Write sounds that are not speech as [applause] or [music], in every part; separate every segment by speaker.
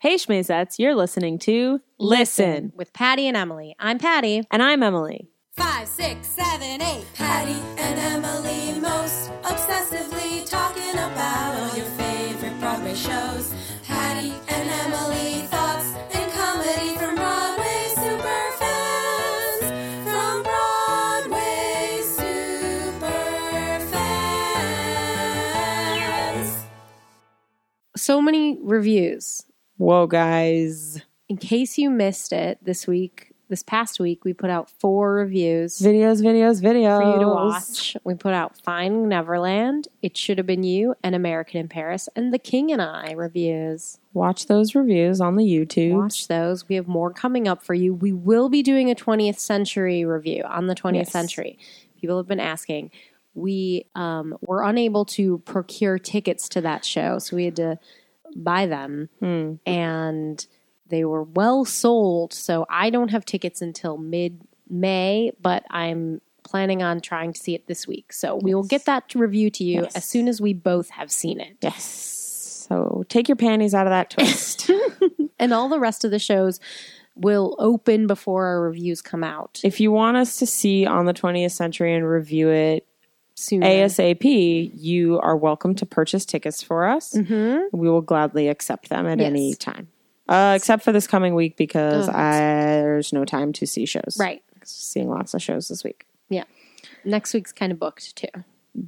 Speaker 1: Hey, Schmazettes, you're listening to Listen.
Speaker 2: with Patty and Emily. I'm Patty.
Speaker 1: And I'm Emily.
Speaker 3: Five, six, seven, eight. Patty and Emily most obsessively talking about all your favorite Broadway shows. Patty and Emily thoughts and comedy from Broadway super fans. From Broadway super fans.
Speaker 2: So many reviews.
Speaker 1: Whoa, guys.
Speaker 2: In case you missed it this week, this past week, we put out four reviews
Speaker 1: Videos, videos, videos.
Speaker 2: for you to watch. We put out Fine Neverland, It Should Have Been You, and American in Paris, and The King and I reviews.
Speaker 1: Watch those reviews on the YouTube.
Speaker 2: Watch those. We have more coming up for you. We will be doing a 20th century review on the 20th
Speaker 1: Yes.
Speaker 2: century. People have been asking. We um, were unable to procure tickets to that show, so we had to buy them,
Speaker 1: Hmm.
Speaker 2: and they were well sold. So I don't have tickets until mid May, but I'm planning on trying to see it this week. So we will get that review to you
Speaker 1: Yes.
Speaker 2: as soon as we both have seen it.
Speaker 1: Yes. So take your panties out of that twist.
Speaker 2: and all the rest of the shows will open before our reviews come out
Speaker 1: if you want us to see on the 20th century and review it
Speaker 2: soon.
Speaker 1: ASAP, you are welcome to purchase tickets for us.
Speaker 2: Mhm.
Speaker 1: We will gladly accept them at
Speaker 2: Yes.
Speaker 1: any time. Uh, except for this coming week because
Speaker 2: Oh, that's-
Speaker 1: I, there's no time to see shows.
Speaker 2: Right.
Speaker 1: Seeing lots of shows this week.
Speaker 2: Yeah. Next week's kind of booked too.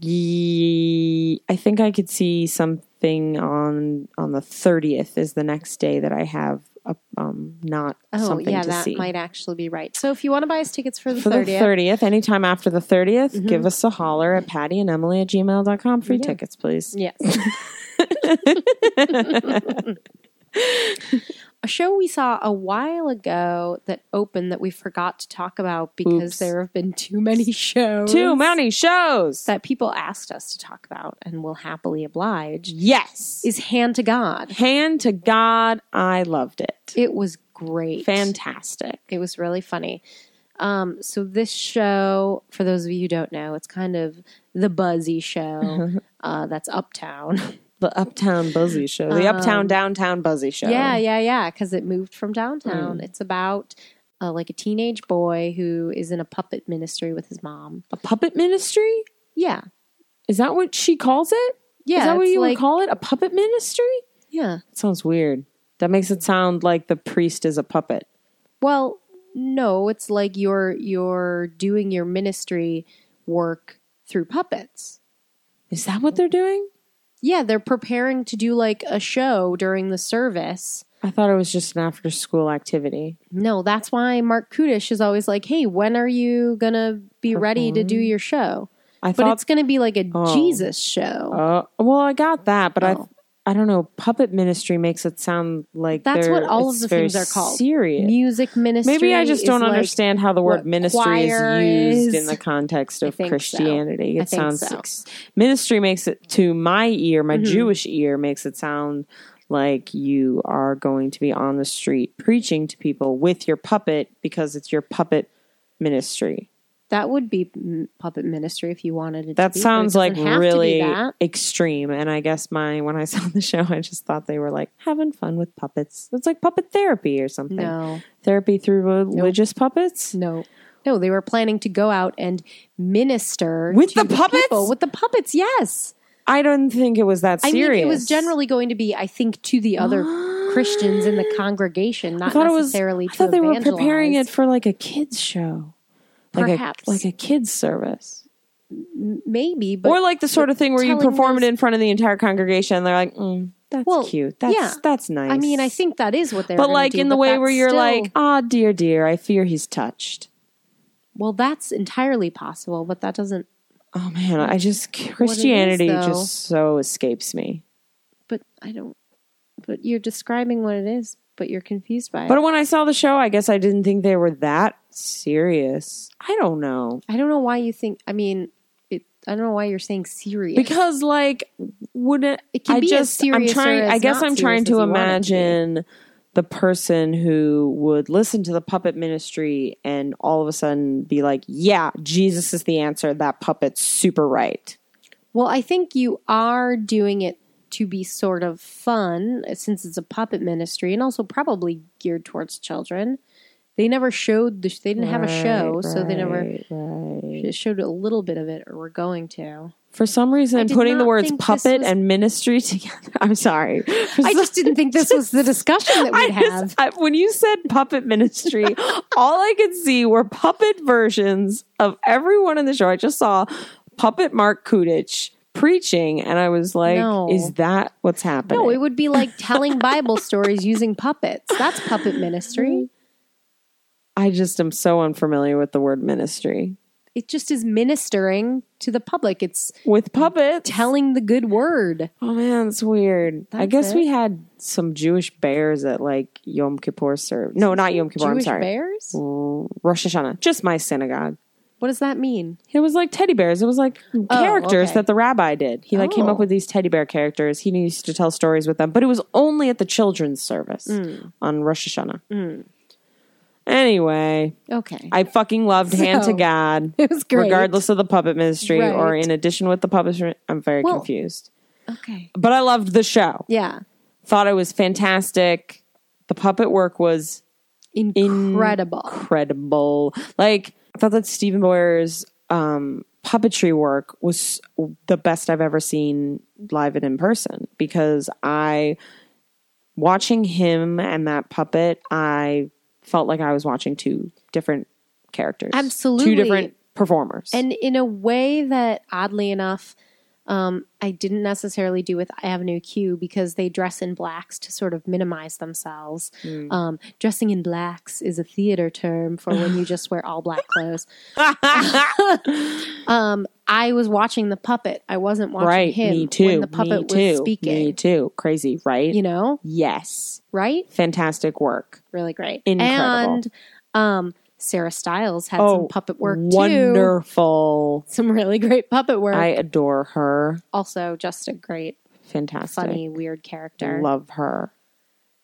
Speaker 1: Ye- I think I could see something on on the 30th is the next day that I have a, um not
Speaker 2: Oh,
Speaker 1: something
Speaker 2: yeah,
Speaker 1: to
Speaker 2: that
Speaker 1: see.
Speaker 2: might actually be right. So if you want to buy us tickets for the
Speaker 1: for the
Speaker 2: 30th,
Speaker 1: 30th, anytime after the 30th,
Speaker 2: Mm-hmm.
Speaker 1: give us a holler at Patty and Emily at gmail.com. Free tickets, please.
Speaker 2: [laughs] yes. a show we saw a while ago that opened that we forgot to talk about because
Speaker 1: Oops.
Speaker 2: there have been too many shows.
Speaker 1: Too many shows.
Speaker 2: That people asked us to talk about and will happily oblige
Speaker 1: yes.
Speaker 2: is Hand to God.
Speaker 1: Hand to God, I loved it.
Speaker 2: It was great.
Speaker 1: Fantastic.
Speaker 2: It was really funny. Um, so this show, for those of you who don't know, it's kind of the
Speaker 1: [laughs]
Speaker 2: buzzy show uh, that's uptown.
Speaker 1: The Uptown Buzzy Show. The Uptown Downtown Buzzy Show.
Speaker 2: Um, Yeah, yeah, yeah. Because it moved from
Speaker 1: Hmm.
Speaker 2: downtown. It's about uh, like a teenage boy who is in a puppet ministry with his mom.
Speaker 1: A puppet ministry?
Speaker 2: Yeah,
Speaker 1: Is that what she calls it?
Speaker 2: yeah.
Speaker 1: Is that what
Speaker 2: it's
Speaker 1: you
Speaker 2: like,
Speaker 1: would call it? A puppet ministry?
Speaker 2: Yeah.
Speaker 1: That sounds weird. That makes it sound like the priest is a puppet.
Speaker 2: Well, no, it's like you're you're doing your ministry work through puppets.
Speaker 1: Is that what they're doing?
Speaker 2: Yeah, they're preparing to do like a show during the service.
Speaker 1: I thought it was just an after school activity.
Speaker 2: No, that's why Mark Kudish is always like, "Hey, when are you gonna be ready to do your show?"
Speaker 1: I
Speaker 2: But
Speaker 1: thought
Speaker 2: it's gonna be like a
Speaker 1: Oh.
Speaker 2: Jesus show.
Speaker 1: Uh, well, I got that, but
Speaker 2: Oh.
Speaker 1: I, I don't know. Puppet ministry makes it sound like
Speaker 2: That's
Speaker 1: they're-
Speaker 2: what all of
Speaker 1: it's
Speaker 2: the
Speaker 1: very
Speaker 2: things are called.
Speaker 1: Serious.
Speaker 2: Music ministry.
Speaker 1: Maybe I just
Speaker 2: is
Speaker 1: don't
Speaker 2: like-
Speaker 1: understand how the word
Speaker 2: what
Speaker 1: ministry
Speaker 2: choir
Speaker 1: is used
Speaker 2: is.
Speaker 1: in the context
Speaker 2: I
Speaker 1: of
Speaker 2: think so.
Speaker 1: Christianity.
Speaker 2: I
Speaker 1: It
Speaker 2: think
Speaker 1: sounds
Speaker 2: so. Mm-hmm.
Speaker 1: ex- ministry makes it to my ear, my Jewish ear, makes it sound like you are going to be on the street preaching to people with your puppet because it's your puppet ministry.
Speaker 2: That would be m- puppet ministry if you wanted it.
Speaker 1: That
Speaker 2: to be, but it
Speaker 1: sounds like
Speaker 2: doesn't have to be
Speaker 1: really
Speaker 2: that.
Speaker 1: extreme. And I guess my when I [laughs] saw the show, I just thought they were like having fun with puppets. It's like puppet therapy or something.
Speaker 2: No,
Speaker 1: Therapy through religious puppets.
Speaker 2: no, no. They were planning to go out and minister
Speaker 1: With
Speaker 2: to
Speaker 1: the puppets?
Speaker 2: people with the puppets. Yes,
Speaker 1: I don't think it was that
Speaker 2: I
Speaker 1: serious.
Speaker 2: mean it was generally going to be, I think, to
Speaker 1: [gasps]
Speaker 2: the other Christians in the congregation,
Speaker 1: I
Speaker 2: not
Speaker 1: thought it was.
Speaker 2: necessarily
Speaker 1: I
Speaker 2: to
Speaker 1: thought they were preparing
Speaker 2: evangelize.
Speaker 1: it for like a kids show,
Speaker 2: Perhaps.
Speaker 1: like a like a kids service,
Speaker 2: maybe, but
Speaker 1: or like the sort of thing where you
Speaker 2: telling
Speaker 1: perform it
Speaker 2: those-
Speaker 1: in front of the entire congregation. and They're like, mm, that's
Speaker 2: Well,
Speaker 1: cute. That's
Speaker 2: yeah.
Speaker 1: that's nice.
Speaker 2: I mean, I think that is what they're.
Speaker 1: but like in the way where you're like, ah, dear, dear, I fear he's touched.
Speaker 2: well, that's entirely possible, but that doesn't.
Speaker 1: Oh man, I just Christianity
Speaker 2: though-
Speaker 1: just so escapes me.
Speaker 2: But I don't. But you're describing what it is, but you're confused by it.
Speaker 1: But when I saw the show, I guess I didn't think they were that serious. I don't know.
Speaker 2: I don't know why you think. I mean, it, I don't know why you're saying serious.
Speaker 1: because like wouldn't
Speaker 2: It can
Speaker 1: I
Speaker 2: be as
Speaker 1: just
Speaker 2: serious
Speaker 1: I'm trying
Speaker 2: or as
Speaker 1: I guess
Speaker 2: not
Speaker 1: I'm
Speaker 2: serious
Speaker 1: trying
Speaker 2: as
Speaker 1: to
Speaker 2: you want it to be.
Speaker 1: imagine the person who would listen to the puppet ministry and all of a sudden be like, "Yeah, Jesus is the answer. That puppet's super right."
Speaker 2: well, I think you are doing it to be sort of fun since it's a puppet ministry and also probably geared towards children. They never showed the, they didn't have a show,
Speaker 1: Right,
Speaker 2: so they never
Speaker 1: right, right.
Speaker 2: it showed a little bit of it or were going [laughs] to.
Speaker 1: For some reason,
Speaker 2: I
Speaker 1: I'm
Speaker 2: did
Speaker 1: putting the
Speaker 2: not
Speaker 1: words
Speaker 2: think this
Speaker 1: puppet
Speaker 2: was-
Speaker 1: and ministry [laughs] together. I'm sorry. For
Speaker 2: I
Speaker 1: some-
Speaker 2: just didn't think this was the discussion that
Speaker 1: I
Speaker 2: we'd
Speaker 1: just-
Speaker 2: have.
Speaker 1: I- when you said puppet
Speaker 2: [laughs]
Speaker 1: ministry, all I could see were puppet versions of everyone in the show. I just saw puppet Mark Kudich preaching, and I was like,
Speaker 2: No.
Speaker 1: "Is that what's happening?"
Speaker 2: [laughs] No, it would be like telling Bible stories using puppets. That's puppet ministry.
Speaker 1: I just am so unfamiliar with the word ministry
Speaker 2: It just is ministering to the public. It's
Speaker 1: with puppets.
Speaker 2: telling the good word.
Speaker 1: Oh man, it's weird. I
Speaker 2: That's
Speaker 1: guess
Speaker 2: it.
Speaker 1: we had some Jewish bears at like Yom Kippur serve. No, not Yom Kippur. I'm
Speaker 2: Jewish
Speaker 1: sorry.
Speaker 2: bears?
Speaker 1: Mm, Rosh Hashanah, just my synagogue.
Speaker 2: What does that mean?
Speaker 1: It was like teddy bears. It was like characters
Speaker 2: Oh, okay.
Speaker 1: that the rabbi did. He like came
Speaker 2: Oh.
Speaker 1: up with these teddy bear characters. He used to tell stories with them, but it was only at the children's service
Speaker 2: Mm.
Speaker 1: on Rosh Hashanah. Anyway,
Speaker 2: Okay.
Speaker 1: I fucking loved Hand
Speaker 2: So,
Speaker 1: to God.
Speaker 2: [laughs] it was great.
Speaker 1: Regardless of the puppet ministry or
Speaker 2: Right.
Speaker 1: in addition with the puppet, ministry. I'm very
Speaker 2: Well-
Speaker 1: confused.
Speaker 2: okay.
Speaker 1: But I loved the show.
Speaker 2: Yeah.
Speaker 1: Thought it was fantastic. The puppet work was
Speaker 2: Incredible.
Speaker 1: incredible. Like I thought that Stephen Boyer's um, puppetry work was the best I've ever seen live and in person because I watching him and that puppet, I felt like I was watching two different characters,
Speaker 2: Absolutely.
Speaker 1: two different performers.
Speaker 2: and in a way that oddly enough um, i didn't necessarily do with avenue q because they dress in blacks to sort of minimize themselves
Speaker 1: Hmm.
Speaker 2: um, dressing in blacks is a theater term for when you just wear all
Speaker 1: [laughs]
Speaker 2: black clothes um, i was watching the puppet i wasn't watching
Speaker 1: right,
Speaker 2: him
Speaker 1: me too.
Speaker 2: when the puppet
Speaker 1: me
Speaker 2: was
Speaker 1: too.
Speaker 2: speaking
Speaker 1: Me too. Crazy, right?
Speaker 2: you know
Speaker 1: yes,
Speaker 2: right
Speaker 1: fantastic work.
Speaker 2: really great
Speaker 1: Incredible.
Speaker 2: and um, sarah styles had
Speaker 1: Oh,
Speaker 2: some puppet work too
Speaker 1: Wonderful.
Speaker 2: some really great puppet work
Speaker 1: I adore her.
Speaker 2: also just a great
Speaker 1: Fantastic.
Speaker 2: funny, weird character.
Speaker 1: Love her.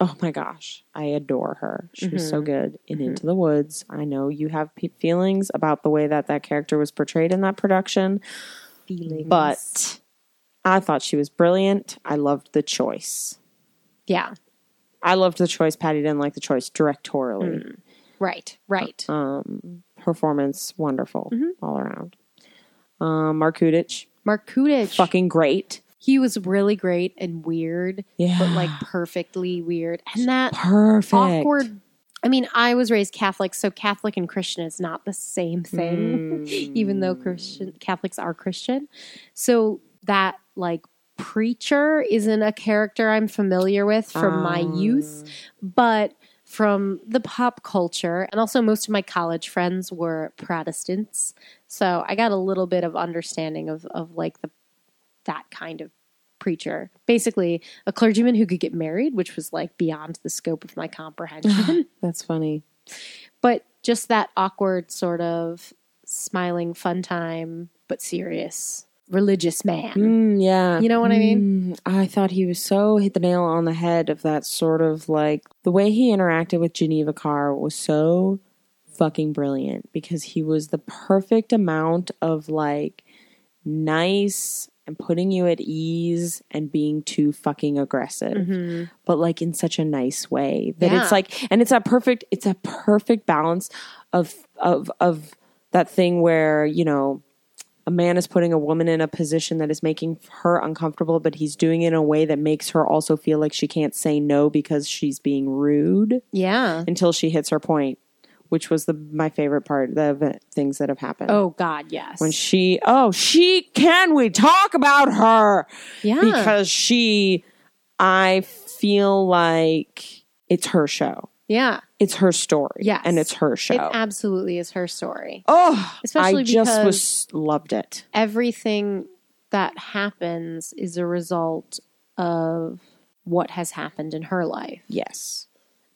Speaker 1: Oh my gosh, I adore her. She was
Speaker 2: Mm-hmm.
Speaker 1: so good in Into the Woods. I know you have pe- feelings about the way that that character was portrayed in that production,
Speaker 2: feelings.
Speaker 1: but I thought she was brilliant. I loved the choice.
Speaker 2: yeah,
Speaker 1: I loved the choice. Patty didn't like the choice directorially.
Speaker 2: right, right.
Speaker 1: Um, performance wonderful
Speaker 2: Mm-hmm.
Speaker 1: all around. Um, Mark Kudich,
Speaker 2: Mark Kudich,
Speaker 1: fucking great.
Speaker 2: he was really great and weird,
Speaker 1: Yeah,
Speaker 2: but like perfectly weird. And that
Speaker 1: perfect.
Speaker 2: awkward. I mean, I was raised Catholic, so Catholic and Christian is not the same thing, [laughs] even though Christian Catholics are Christian. So that like preacher isn't a character I'm familiar with from my youth, but from the pop culture, and also most of my college friends were Protestants, so I got a little bit of understanding of of like the that kind of preacher. Basically, a clergyman who could get married, which was like beyond the scope of
Speaker 1: [sighs]
Speaker 2: my comprehension.
Speaker 1: That's funny.
Speaker 2: but just that awkward sort of smiling fun time, but serious religious man.
Speaker 1: Mm, yeah.
Speaker 2: You know what I
Speaker 1: mean? I thought he was so hit the nail on the head of that sort of like the way he interacted with Geneva Carr was so fucking brilliant because he was the perfect amount of like nice and putting you at ease and being too fucking aggressive but like in such a nice way that
Speaker 2: Yeah.
Speaker 1: it's like and it's a perfect it's a perfect balance of of of that thing where you know a man is putting a woman in a position that is making her uncomfortable but he's doing it in a way that makes her also feel like she can't say no because she's being rude
Speaker 2: Yeah.
Speaker 1: until she hits her point which was the my favorite part the event, things that have happened
Speaker 2: Oh God, yes.
Speaker 1: when she oh she can we talk about her
Speaker 2: yeah.
Speaker 1: because she i feel like it's her show
Speaker 2: yeah.
Speaker 1: it's her story
Speaker 2: Yes.
Speaker 1: and it's her show
Speaker 2: It absolutely is her story.
Speaker 1: oh
Speaker 2: Especially
Speaker 1: i just
Speaker 2: because-
Speaker 1: was loved it
Speaker 2: Everything that happens is a result of what has happened in her life.
Speaker 1: yes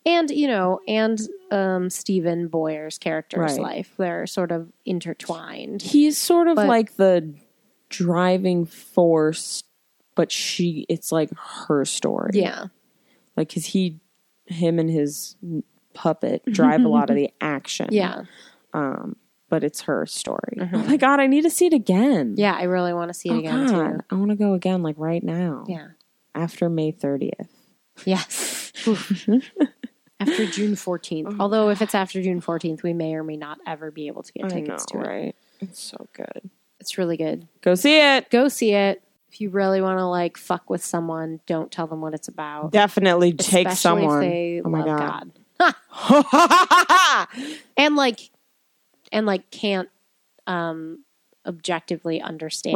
Speaker 2: and you know and um stephen boyer's character's
Speaker 1: Right.
Speaker 2: life they're sort of intertwined
Speaker 1: he's sort of
Speaker 2: But-
Speaker 1: like the driving force but she it's like her story
Speaker 2: yeah
Speaker 1: like because he him and his
Speaker 2: [laughs]
Speaker 1: puppet drive a lot of the action
Speaker 2: yeah Mm-hmm.
Speaker 1: but it's her story oh my god i need to see it again
Speaker 2: yeah i really want to see it
Speaker 1: Oh,
Speaker 2: again
Speaker 1: God.
Speaker 2: too
Speaker 1: I want to go again, like right now.
Speaker 2: yeah
Speaker 1: after May 30th. [laughs]
Speaker 2: Yes. after June 14th.
Speaker 1: Oh,
Speaker 2: Although, if it's after June 14th, we may or may not ever be able to get
Speaker 1: I
Speaker 2: tickets
Speaker 1: know,
Speaker 2: to it.
Speaker 1: right? It's so good.
Speaker 2: It's really good.
Speaker 1: Go see it.
Speaker 2: Go see it. If you really want to like fuck with someone, don't tell them what it's about.
Speaker 1: Definitely take
Speaker 2: Especially
Speaker 1: someone.
Speaker 2: If they
Speaker 1: oh my
Speaker 2: love
Speaker 1: god.
Speaker 2: God. And like, and like can't um objectively understand.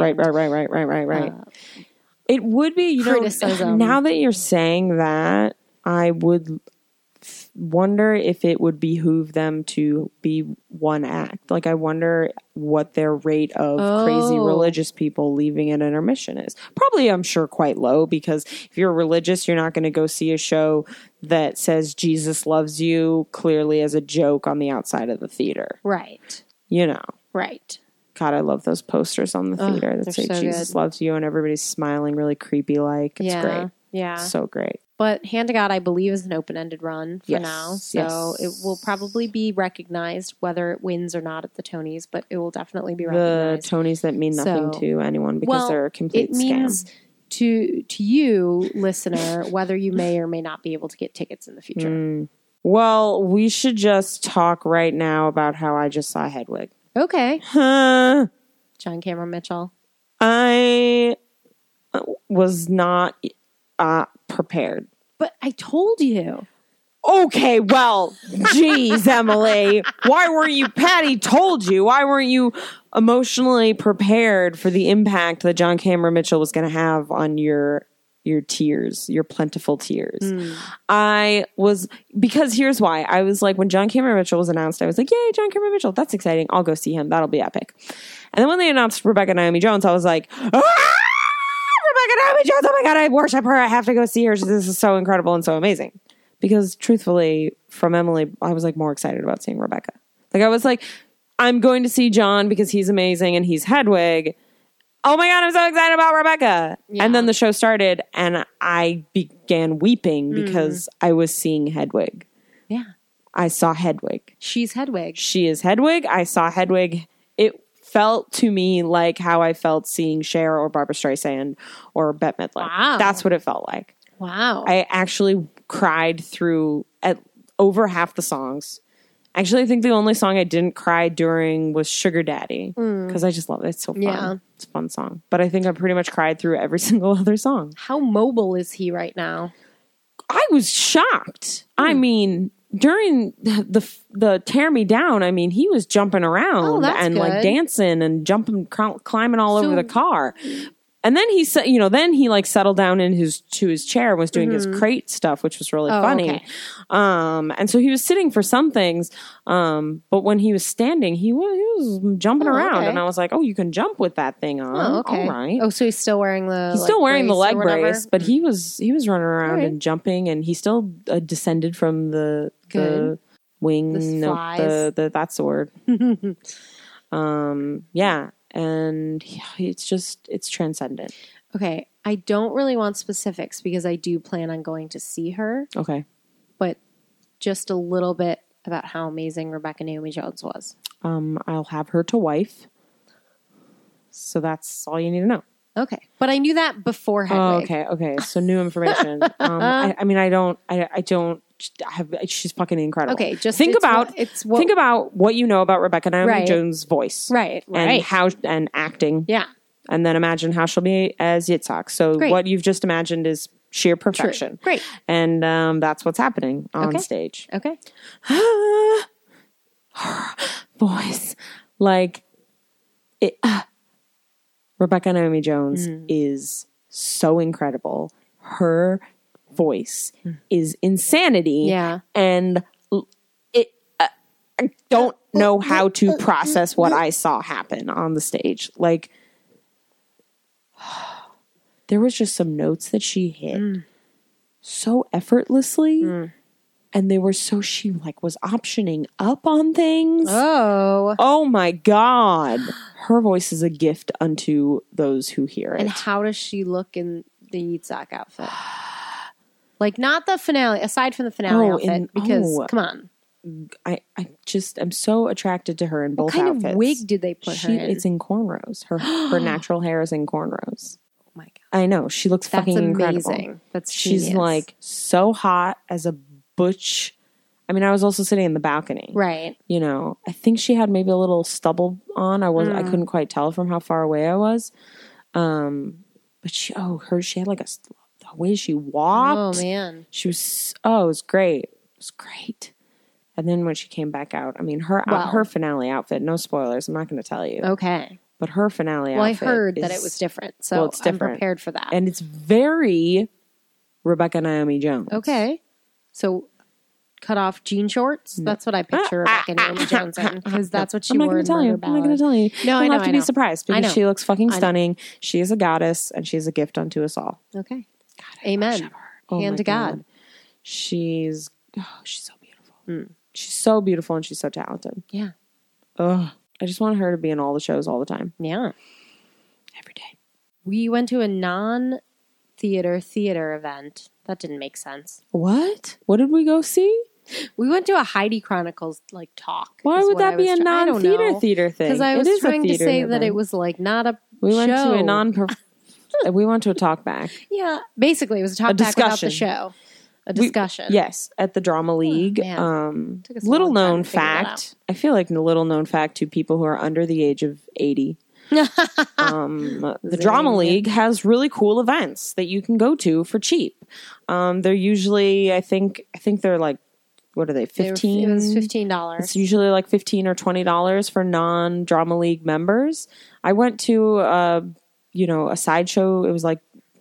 Speaker 1: [laughs] right, right, right, right, right, right,
Speaker 2: Uh,
Speaker 1: right. It would be, you know,
Speaker 2: Criticism.
Speaker 1: now that you're saying that, I would f- wonder if it would behoove them to be one act. Like, I wonder what their rate of crazy
Speaker 2: Oh.
Speaker 1: religious people leaving an intermission is. Probably, I'm sure, quite low because if you're religious, you're not going to go see a show that says Jesus loves you clearly as a joke on the outside of the theater.
Speaker 2: Right.
Speaker 1: You know,
Speaker 2: Right.
Speaker 1: God, I love those posters on the
Speaker 2: Ugh,
Speaker 1: theater that
Speaker 2: they're
Speaker 1: say
Speaker 2: so
Speaker 1: Jesus
Speaker 2: good.
Speaker 1: loves you and everybody's smiling really creepy like. It's
Speaker 2: yeah.
Speaker 1: great.
Speaker 2: Yeah.
Speaker 1: So great.
Speaker 2: but hand to god i believe is an open-ended run for
Speaker 1: Yes,
Speaker 2: now so
Speaker 1: yes.
Speaker 2: it will probably be recognized whether it wins or not at the tonys but it will definitely be
Speaker 1: The
Speaker 2: recognized
Speaker 1: Tonys that mean nothing
Speaker 2: So-
Speaker 1: to anyone because
Speaker 2: Well,
Speaker 1: they're a complete
Speaker 2: it means
Speaker 1: scam.
Speaker 2: to to you listener whether you may or may not be able to get tickets in the future
Speaker 1: Mm. Well, we should just talk right now about how I just saw Hedwig.
Speaker 2: okay
Speaker 1: Huh.
Speaker 2: john cameron mitchell
Speaker 1: I uh, was not uh, prepared.
Speaker 2: but i told you
Speaker 1: Okay, well, geez, Emily, why weren't you? Patty told you. Why weren't you emotionally prepared for the impact that John Cameron Mitchell was going to have on your your tears, your plentiful tears? I was because here's why. I was like, when John Cameron Mitchell was announced, I was like, "Yay, John Cameron Mitchell! That's exciting. I'll go see him. That'll be epic." And then when they announced Rebecca Naomi Jones, I was like, "Ah!" Rebecca Naomi Jones. Oh my God, I worship her. I have to go see her. This is so incredible and so amazing. Because truthfully, from Emily, I was like more excited about seeing Rebecca. Like I was like, I'm going to see John because he's amazing and he's Hedwig. Oh my God, I'm so excited about Rebecca.
Speaker 2: Yeah.
Speaker 1: And then the show started and I began weeping because I was seeing Hedwig.
Speaker 2: yeah
Speaker 1: I saw Hedwig.
Speaker 2: she's hedwig
Speaker 1: She is Hedwig. I saw Hedwig. It felt to me like how I felt seeing Cher or Barbara Streisand or Bette Midler.
Speaker 2: Wow.
Speaker 1: That's what it felt like.
Speaker 2: wow
Speaker 1: I actually cried through at over half the songs. Actually, I think the only song I didn't cry during was Sugar Daddy because I just love it. It's so fun.
Speaker 2: Mm. Yeah.
Speaker 1: It's a fun song. But I think I pretty much cried through every [laughs] single other song.
Speaker 2: how mobile is he right now
Speaker 1: I was shocked.
Speaker 2: Hmm.
Speaker 1: I mean, during the the tear me down, I mean, he was jumping around
Speaker 2: Oh, that's
Speaker 1: and
Speaker 2: good.
Speaker 1: like dancing and jumping, cl- climbing all
Speaker 2: So-
Speaker 1: over the car. And then he said, you know, then he like settled down in his to his chair and was doing his crate stuff, which was really
Speaker 2: Mm-hmm. Oh,
Speaker 1: funny.
Speaker 2: okay.
Speaker 1: Um, and so he was sitting for some things, um, but when he was standing, he was, he was jumping
Speaker 2: Oh,
Speaker 1: around,
Speaker 2: okay.
Speaker 1: and I was like, oh, you can jump with that thing on.
Speaker 2: oh okay
Speaker 1: All right.
Speaker 2: oh so he's still wearing the
Speaker 1: He's
Speaker 2: like,
Speaker 1: still wearing the
Speaker 2: brace
Speaker 1: leg
Speaker 2: or whatever?
Speaker 1: brace, but he was he was running around
Speaker 2: Alright.
Speaker 1: and jumping, and he still uh, descended from the the
Speaker 2: Good.
Speaker 1: wing.
Speaker 2: The
Speaker 1: no,
Speaker 2: flies.
Speaker 1: the, the that's the word.
Speaker 2: [laughs]
Speaker 1: um, yeah, and he- it's just it's transcendent.
Speaker 2: Okay, I don't really want specifics because I do plan on going to see her,
Speaker 1: Okay,
Speaker 2: but just a little bit about how amazing Rebecca Naomi Jones was.
Speaker 1: um, I'll have her to wife. So that's all you need to know.
Speaker 2: Okay, but I knew that before
Speaker 1: Oh,
Speaker 2: Hedwig.
Speaker 1: okay, okay. So new
Speaker 2: [laughs]
Speaker 1: information. um, I, I mean, I don't, I, I don't. I have, she's fucking incredible.
Speaker 2: Okay, just
Speaker 1: think
Speaker 2: it's
Speaker 1: about
Speaker 2: what- it's what-
Speaker 1: think about what you know about Rebecca Naomi
Speaker 2: Right.
Speaker 1: Jones' voice,
Speaker 2: Right,
Speaker 1: and
Speaker 2: right.
Speaker 1: how and acting,
Speaker 2: yeah,
Speaker 1: and then imagine how she'll be as Yitzhak. So
Speaker 2: Great.
Speaker 1: what you've just imagined is sheer perfection.
Speaker 2: Great.
Speaker 1: and um, that's what's happening on
Speaker 2: Okay.
Speaker 1: stage.
Speaker 2: okay.
Speaker 1: Her voice, [laughs] like it, [sighs] Rebecca Naomi Jones is so incredible. Her voice is insanity.
Speaker 2: Yeah.
Speaker 1: And l- it, uh, I don't know how to process what I saw happen on the stage. Like, [sighs] there was just some notes that she hit so effortlessly. And they were so she like was optioning up on things.
Speaker 2: Oh,
Speaker 1: Oh my God. Her voice is a gift unto those who hear it.
Speaker 2: and how does she look in the
Speaker 1: [sighs]
Speaker 2: Yitzhak outfit? Like not the finale, aside from the finale
Speaker 1: Oh,
Speaker 2: outfit,
Speaker 1: in-
Speaker 2: because
Speaker 1: oh.
Speaker 2: come on,
Speaker 1: I, I just am so attracted to her in both
Speaker 2: what kind
Speaker 1: outfits.
Speaker 2: of wig did they put
Speaker 1: she,
Speaker 2: her in? [gasps]
Speaker 1: It's in cornrows. Her her natural hair is in cornrows.
Speaker 2: oh my god,
Speaker 1: I know she looks
Speaker 2: That's
Speaker 1: fucking
Speaker 2: amazing.
Speaker 1: incredible.
Speaker 2: That's
Speaker 1: She's
Speaker 2: genius.
Speaker 1: like so hot as a butch. I mean, I was also sitting in the balcony.
Speaker 2: right.
Speaker 1: You know, I think she had maybe a little stubble on. I was I
Speaker 2: Mm.
Speaker 1: couldn't quite tell from how far away I was. Um, but she oh her she had like a s- the way she walked.
Speaker 2: Oh man.
Speaker 1: She was oh, it was great. It was great. And then when she came back out, I mean her uh,
Speaker 2: Wow.
Speaker 1: her finale outfit. No spoilers. I'm not going to tell you.
Speaker 2: Okay.
Speaker 1: But her finale.
Speaker 2: well, I
Speaker 1: outfit
Speaker 2: heard that
Speaker 1: is-
Speaker 2: it was different, so
Speaker 1: well, it's
Speaker 2: I'm
Speaker 1: different.
Speaker 2: prepared for that.
Speaker 1: and it's very Rebecca Naomi Jones.
Speaker 2: okay. So cut off jean shorts. That's what I picture
Speaker 1: [laughs]
Speaker 2: Rebecca Naomi Jones in because that's what she
Speaker 1: I'm not going
Speaker 2: wore in
Speaker 1: to tell you.
Speaker 2: Murder
Speaker 1: I'm not going to tell
Speaker 2: Ballad.
Speaker 1: you.
Speaker 2: No, I
Speaker 1: You'll
Speaker 2: know,
Speaker 1: have to
Speaker 2: I
Speaker 1: be
Speaker 2: know.
Speaker 1: surprised
Speaker 2: I
Speaker 1: because
Speaker 2: know.
Speaker 1: she looks fucking
Speaker 2: know.
Speaker 1: stunning. She is a goddess and she's a gift unto us all.
Speaker 2: Okay. Amen.
Speaker 1: Oh my
Speaker 2: Hand to God.
Speaker 1: She's oh, she's so beautiful.
Speaker 2: Mm.
Speaker 1: She's so beautiful and she's so talented.
Speaker 2: Yeah.
Speaker 1: Ugh. I just want her to be in all the shows all the time,
Speaker 2: Yeah.
Speaker 1: every day.
Speaker 2: We went to a non theater theater event. That didn't make sense.
Speaker 1: What? What did we go see?
Speaker 2: We went to a Heidi Chronicles like talk.
Speaker 1: Why
Speaker 2: is
Speaker 1: would
Speaker 2: what I
Speaker 1: that be
Speaker 2: was
Speaker 1: a
Speaker 2: try- I
Speaker 1: non
Speaker 2: don't
Speaker 1: theater
Speaker 2: know.
Speaker 1: theater thing?
Speaker 2: Because I
Speaker 1: It
Speaker 2: was
Speaker 1: is a
Speaker 2: trying to
Speaker 1: theater
Speaker 2: say that
Speaker 1: event.
Speaker 2: it was like not a
Speaker 1: We went to
Speaker 2: show.
Speaker 1: a non. we went to a talk back.
Speaker 2: [laughs] yeah. Basically, it was a talk back about the
Speaker 1: discussion.
Speaker 2: show, a
Speaker 1: We-
Speaker 2: discussion.
Speaker 1: Yes, at the Drama League.
Speaker 2: man.
Speaker 1: um,
Speaker 2: Took us a
Speaker 1: little
Speaker 2: long time
Speaker 1: known
Speaker 2: to figure that
Speaker 1: fact. I feel like a little known fact to people who are under the age of
Speaker 2: [laughs]
Speaker 1: eighty. um, the Drama
Speaker 2: Zing.
Speaker 1: League has really cool events that you can go to for cheap. Um, they're usually, I think, I think they're like, what are they?
Speaker 2: They were-
Speaker 1: Fifteen.
Speaker 2: It was fifteen
Speaker 1: It's
Speaker 2: dollars.
Speaker 1: usually like fifteen or twenty dollars for non drama league members. I went to uh, you know, a sideshow. It was like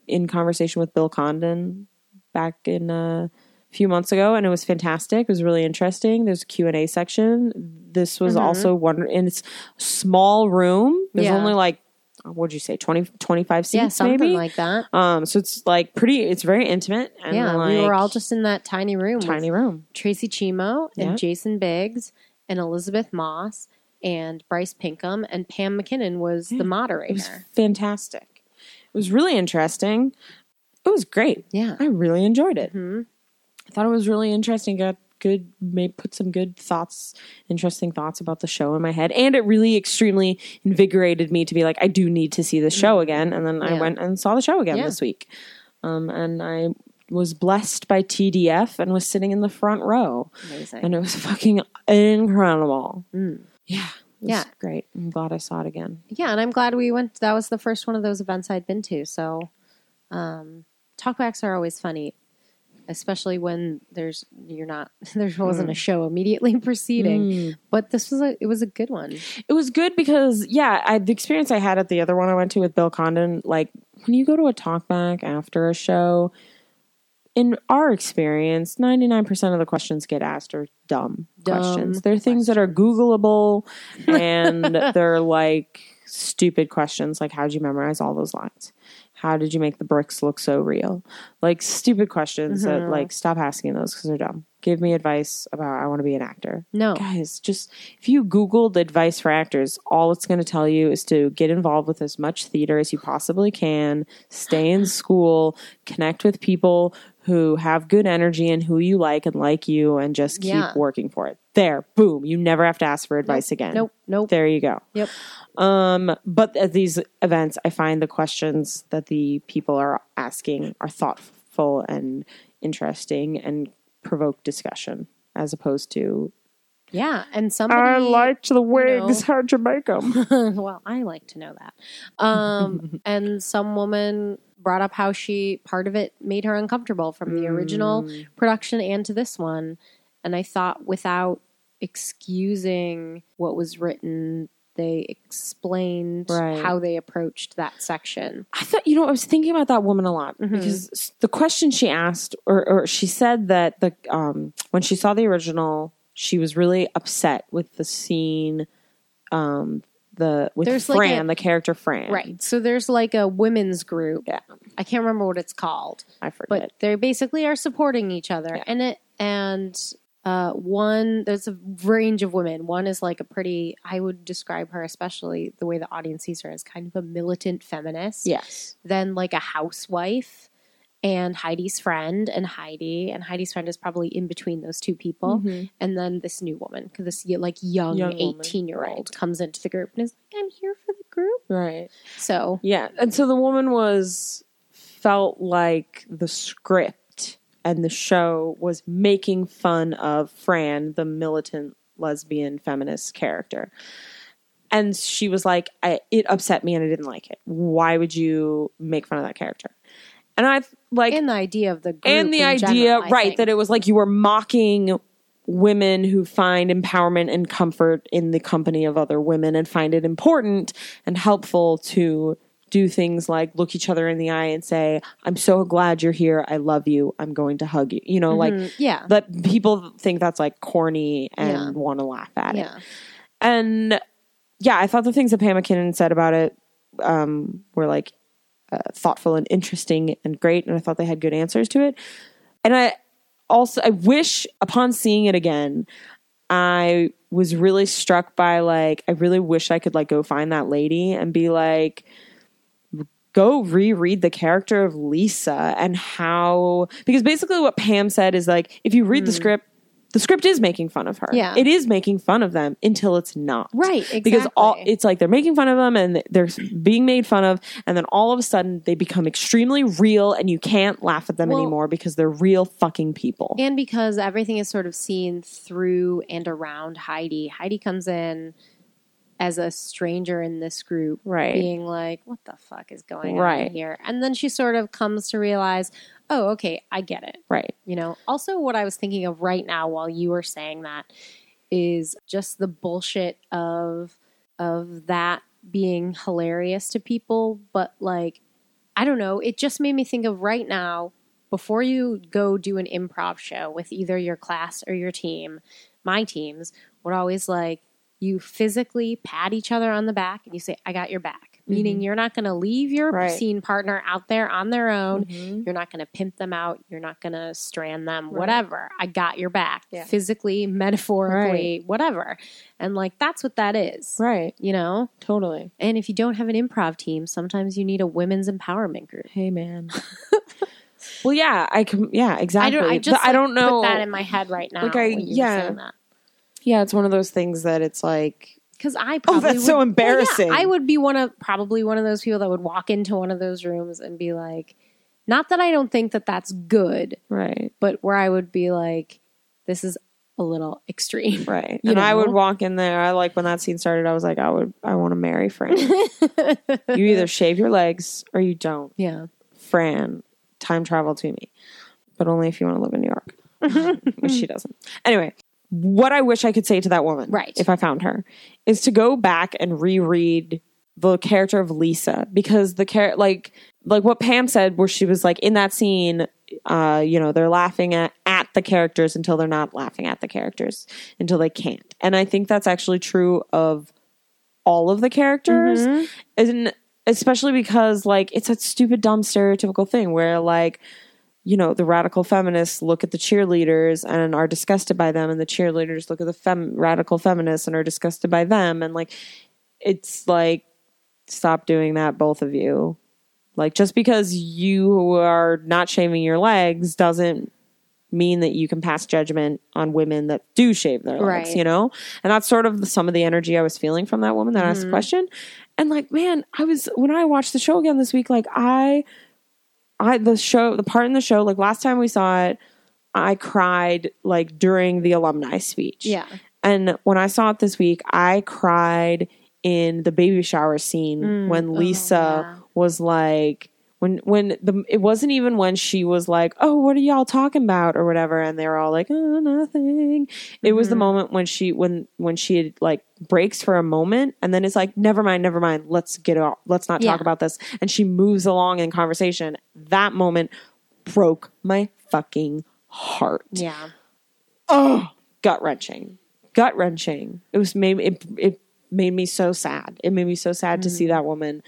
Speaker 1: in conversation with Bill Condon back in uh, a few months ago, and it was fantastic. It was really interesting. There's a Q and A section. This was also wonder, and it's small room. There's
Speaker 2: Mm-hmm. Yeah.
Speaker 1: only like what'd you say 20, 25 seats
Speaker 2: Yeah, something
Speaker 1: maybe.
Speaker 2: like that.
Speaker 1: um, so it's like pretty. It's very intimate. And
Speaker 2: Yeah,
Speaker 1: like,
Speaker 2: we were all just in that tiny room. with
Speaker 1: tiny room.
Speaker 2: Tracy Chimo
Speaker 1: Yeah.
Speaker 2: and Jason Biggs and Elizabeth Moss and Bryce Pinkham and Pam McKinnon was the moderator.
Speaker 1: [gasps] It was fantastic. It was really interesting. It was great.
Speaker 2: yeah.
Speaker 1: I really enjoyed it.
Speaker 2: Mhm.
Speaker 1: I thought it was really interesting. Got good, made put some good thoughts, interesting thoughts about the show in my head, and it really extremely invigorated me to be like, I do need to see the show again. And then I
Speaker 2: Mm-hmm. Yeah.
Speaker 1: went and saw the show again
Speaker 2: Yeah.
Speaker 1: this week, um, and I was blessed by TDF and was sitting in the front row,
Speaker 2: Amazing.
Speaker 1: and it was fucking incredible.
Speaker 2: Mm.
Speaker 1: Yeah, it was
Speaker 2: Yeah.
Speaker 1: great. I'm glad I saw it again.
Speaker 2: yeah, and I'm glad we went. That was the first one of those events I'd been to. So, um, talkbacks are always funny, especially when there's you're not [laughs] there wasn't a show immediately [laughs] preceding.
Speaker 1: Mm.
Speaker 2: But this was a it was a good one.
Speaker 1: It was good because yeah, I, the experience I had at the other one I went to with Bill Condon, like when you go to a talkback after a show, in our experience, ninety nine percent of the questions get asked are dumb,
Speaker 2: Dumb
Speaker 1: questions. They're things that are Googleable, and they're like stupid questions, like how'd you memorize all those lines? How did you make the bricks look so real? Like stupid questions that
Speaker 2: Mhm.
Speaker 1: like stop asking those because they're dumb. Give me advice about I want to be an actor
Speaker 2: No,
Speaker 1: guys just if you googled advice for actors all it's going to tell you is to get involved with as much theater as you possibly can stay
Speaker 2: [sighs]
Speaker 1: in school connect with people who have good energy and who you like and like you and just keep
Speaker 2: Yeah.
Speaker 1: working for it there boom you never have to ask for advice again
Speaker 2: nope, nope.
Speaker 1: there you go
Speaker 2: Yep.
Speaker 1: um but at these events i find the questions that the people are asking are thoughtful and interesting and provoke discussion as opposed to
Speaker 2: Yeah, and somebody
Speaker 1: the
Speaker 2: wigs.
Speaker 1: How'd you make them?
Speaker 2: [laughs] well, I like to know that. Um, and some woman brought up how she part of it made her uncomfortable from the original production and to this one. And I thought without excusing what was written, they explained
Speaker 1: Right.
Speaker 2: how they approached that section.
Speaker 1: [laughs] I thought, you know, I was thinking about that woman a lot
Speaker 2: Mhm.
Speaker 1: because s- the question she asked, or, or she said that the um, when she saw the original, she was really upset with the scene, um, the with
Speaker 2: There's like
Speaker 1: Fran,
Speaker 2: a-
Speaker 1: the character Fran.
Speaker 2: Right. So there's like a women's group.
Speaker 1: Yeah.
Speaker 2: I can't remember what it's called.
Speaker 1: I forget.
Speaker 2: but they basically are supporting each other and it and uh, one there's a range of women one is like a pretty i would describe her especially the way the audience sees her as kind of a militant feminist
Speaker 1: yes.
Speaker 2: then like a housewife and heidi's friend and heidi and heidi's friend is probably in between those two people and then this new woman because this y- like young
Speaker 1: Mm-hmm. Young woman,
Speaker 2: 18 year old
Speaker 1: right.
Speaker 2: comes into the group and is like i'm here for the group
Speaker 1: Right.
Speaker 2: so
Speaker 1: Yeah. And so the woman was felt like the script and the show was making fun of Fran, the militant lesbian feminist character. And she was like, I, it upset me and I didn't like it. Why would you make fun of that character? And I like
Speaker 2: and the idea of the group
Speaker 1: and the
Speaker 2: in
Speaker 1: idea
Speaker 2: general, I
Speaker 1: right
Speaker 2: think.
Speaker 1: that it was like you were mocking women who find empowerment and comfort in the company of other women and find it important and helpful to do things like look each other in the eye and say i'm so glad you're here i love you i'm going to hug you you know like
Speaker 2: Mhm. yeah
Speaker 1: but people think that's like corny and
Speaker 2: Yeah.
Speaker 1: want to laugh at it
Speaker 2: yeah
Speaker 1: and yeah, I thought the things that Pam McKinnon said about it um, were like uh, thoughtful and interesting and great, and I thought they had good answers to it. And I also I wish upon seeing it again, I was really struck by like I really wish I could like go find that lady and be like go reread the character of Lisa and how because basically what Pam said is like if you read the script the script is making fun of her.
Speaker 2: Yeah.
Speaker 1: It is making fun of them until it's not.
Speaker 2: right exactly.
Speaker 1: Because all it's like they're making fun of them and they're being made fun of and then all of a sudden they become extremely real and you can't laugh at them
Speaker 2: Well-
Speaker 1: anymore because they're real fucking people.
Speaker 2: And because everything is sort of seen through and around Heidi, Heidi comes in as a stranger in this group,
Speaker 1: Right.
Speaker 2: being like, what the fuck is going on
Speaker 1: Right.
Speaker 2: in here? And then she sort of comes to realize, oh, okay, I get it.
Speaker 1: Right.
Speaker 2: You know, also what I was thinking of right now while you were saying that is just the bullshit of of that being hilarious to people, but like I don't know, it just made me think of right now before you go do an improv show with either your class or your team, my teams would always like you physically pat each other on the back and you say I got your back, meaning you're not going to leave your
Speaker 1: Right.
Speaker 2: scene partner out there on their own. You're not going to pimp them out. You're not going to strand them, whatever. I got your back
Speaker 1: Yeah.
Speaker 2: physically, metaphorically, whatever. And like, that's what that is,
Speaker 1: Right.
Speaker 2: you know?
Speaker 1: Totally.
Speaker 2: And if you don't have an improv team, sometimes you need a women's empowerment group.
Speaker 1: Hey man. [laughs]
Speaker 2: [laughs]
Speaker 1: well, yeah, I can. Yeah,
Speaker 2: I
Speaker 1: exactly.
Speaker 2: don't, I
Speaker 1: But
Speaker 2: just
Speaker 1: I
Speaker 2: like,
Speaker 1: don't know.
Speaker 2: put that in my head right now.
Speaker 1: Like, I-
Speaker 2: when you were
Speaker 1: yeah.
Speaker 2: saying that.
Speaker 1: yeah, it's one of those things that it's like.
Speaker 2: Because I probably
Speaker 1: that's so
Speaker 2: would- well, yeah,
Speaker 1: embarrassing.
Speaker 2: I would be one of probably one of those people that would walk into one of those rooms and be like, not that I don't think that that's good,
Speaker 1: Right.
Speaker 2: but where I would be like, this is a little extreme.
Speaker 1: Right.
Speaker 2: You
Speaker 1: and I would
Speaker 2: know?
Speaker 1: walk in there. I like when that scene started. I was like, I would. I want to marry
Speaker 2: [laughs]
Speaker 1: Fran. you either shave your legs or you don't.
Speaker 2: Yeah.
Speaker 1: Fran, time travel to me, but only if you want to live in New York, which she doesn't. Anyway, what I wish I could say to that woman,
Speaker 2: Right.
Speaker 1: if I found her, is to go back and reread the character of Lisa because the character, like, like what Pam said, where she was like in that scene, uh, you know, they're laughing at, at the characters until they're not laughing at the characters until they can't, and I think that's actually true of all of the characters and especially because like it's that stupid dumb stereotypical thing where like you know the radical feminists look at the cheerleaders and are disgusted by them and the cheerleaders look at the fem- radical feminists and are disgusted by them and like it's like stop doing that both of you like just because you are not shaving your legs doesn't mean that you can pass judgment on women that do shave their legs
Speaker 2: Right.
Speaker 1: you know and that's sort of the, some of the energy i was feeling from that woman that asked the question and like man i was when i watched the show again this week like i i the show the part in the show like last time we saw it i cried like during the alumni speech
Speaker 2: Yeah.
Speaker 1: and when I saw it this week, I cried in the baby shower scene when Lisa
Speaker 2: Mm. Oh, yeah.
Speaker 1: was like, when when the it wasn't even when she was like, oh, what are y'all talking about or whatever, and they were all like, oh, nothing. It
Speaker 2: Mm-hmm.
Speaker 1: was the moment when she when when she had like breaks for a moment and then it's like, never mind, never mind, let's get off, let's not talk
Speaker 2: Yeah.
Speaker 1: about this, and she moves along in conversation. That moment broke my fucking heart
Speaker 2: Yeah.
Speaker 1: oh gut wrenching gut wrenching it was made it, it made me so sad it made me so sad to see that woman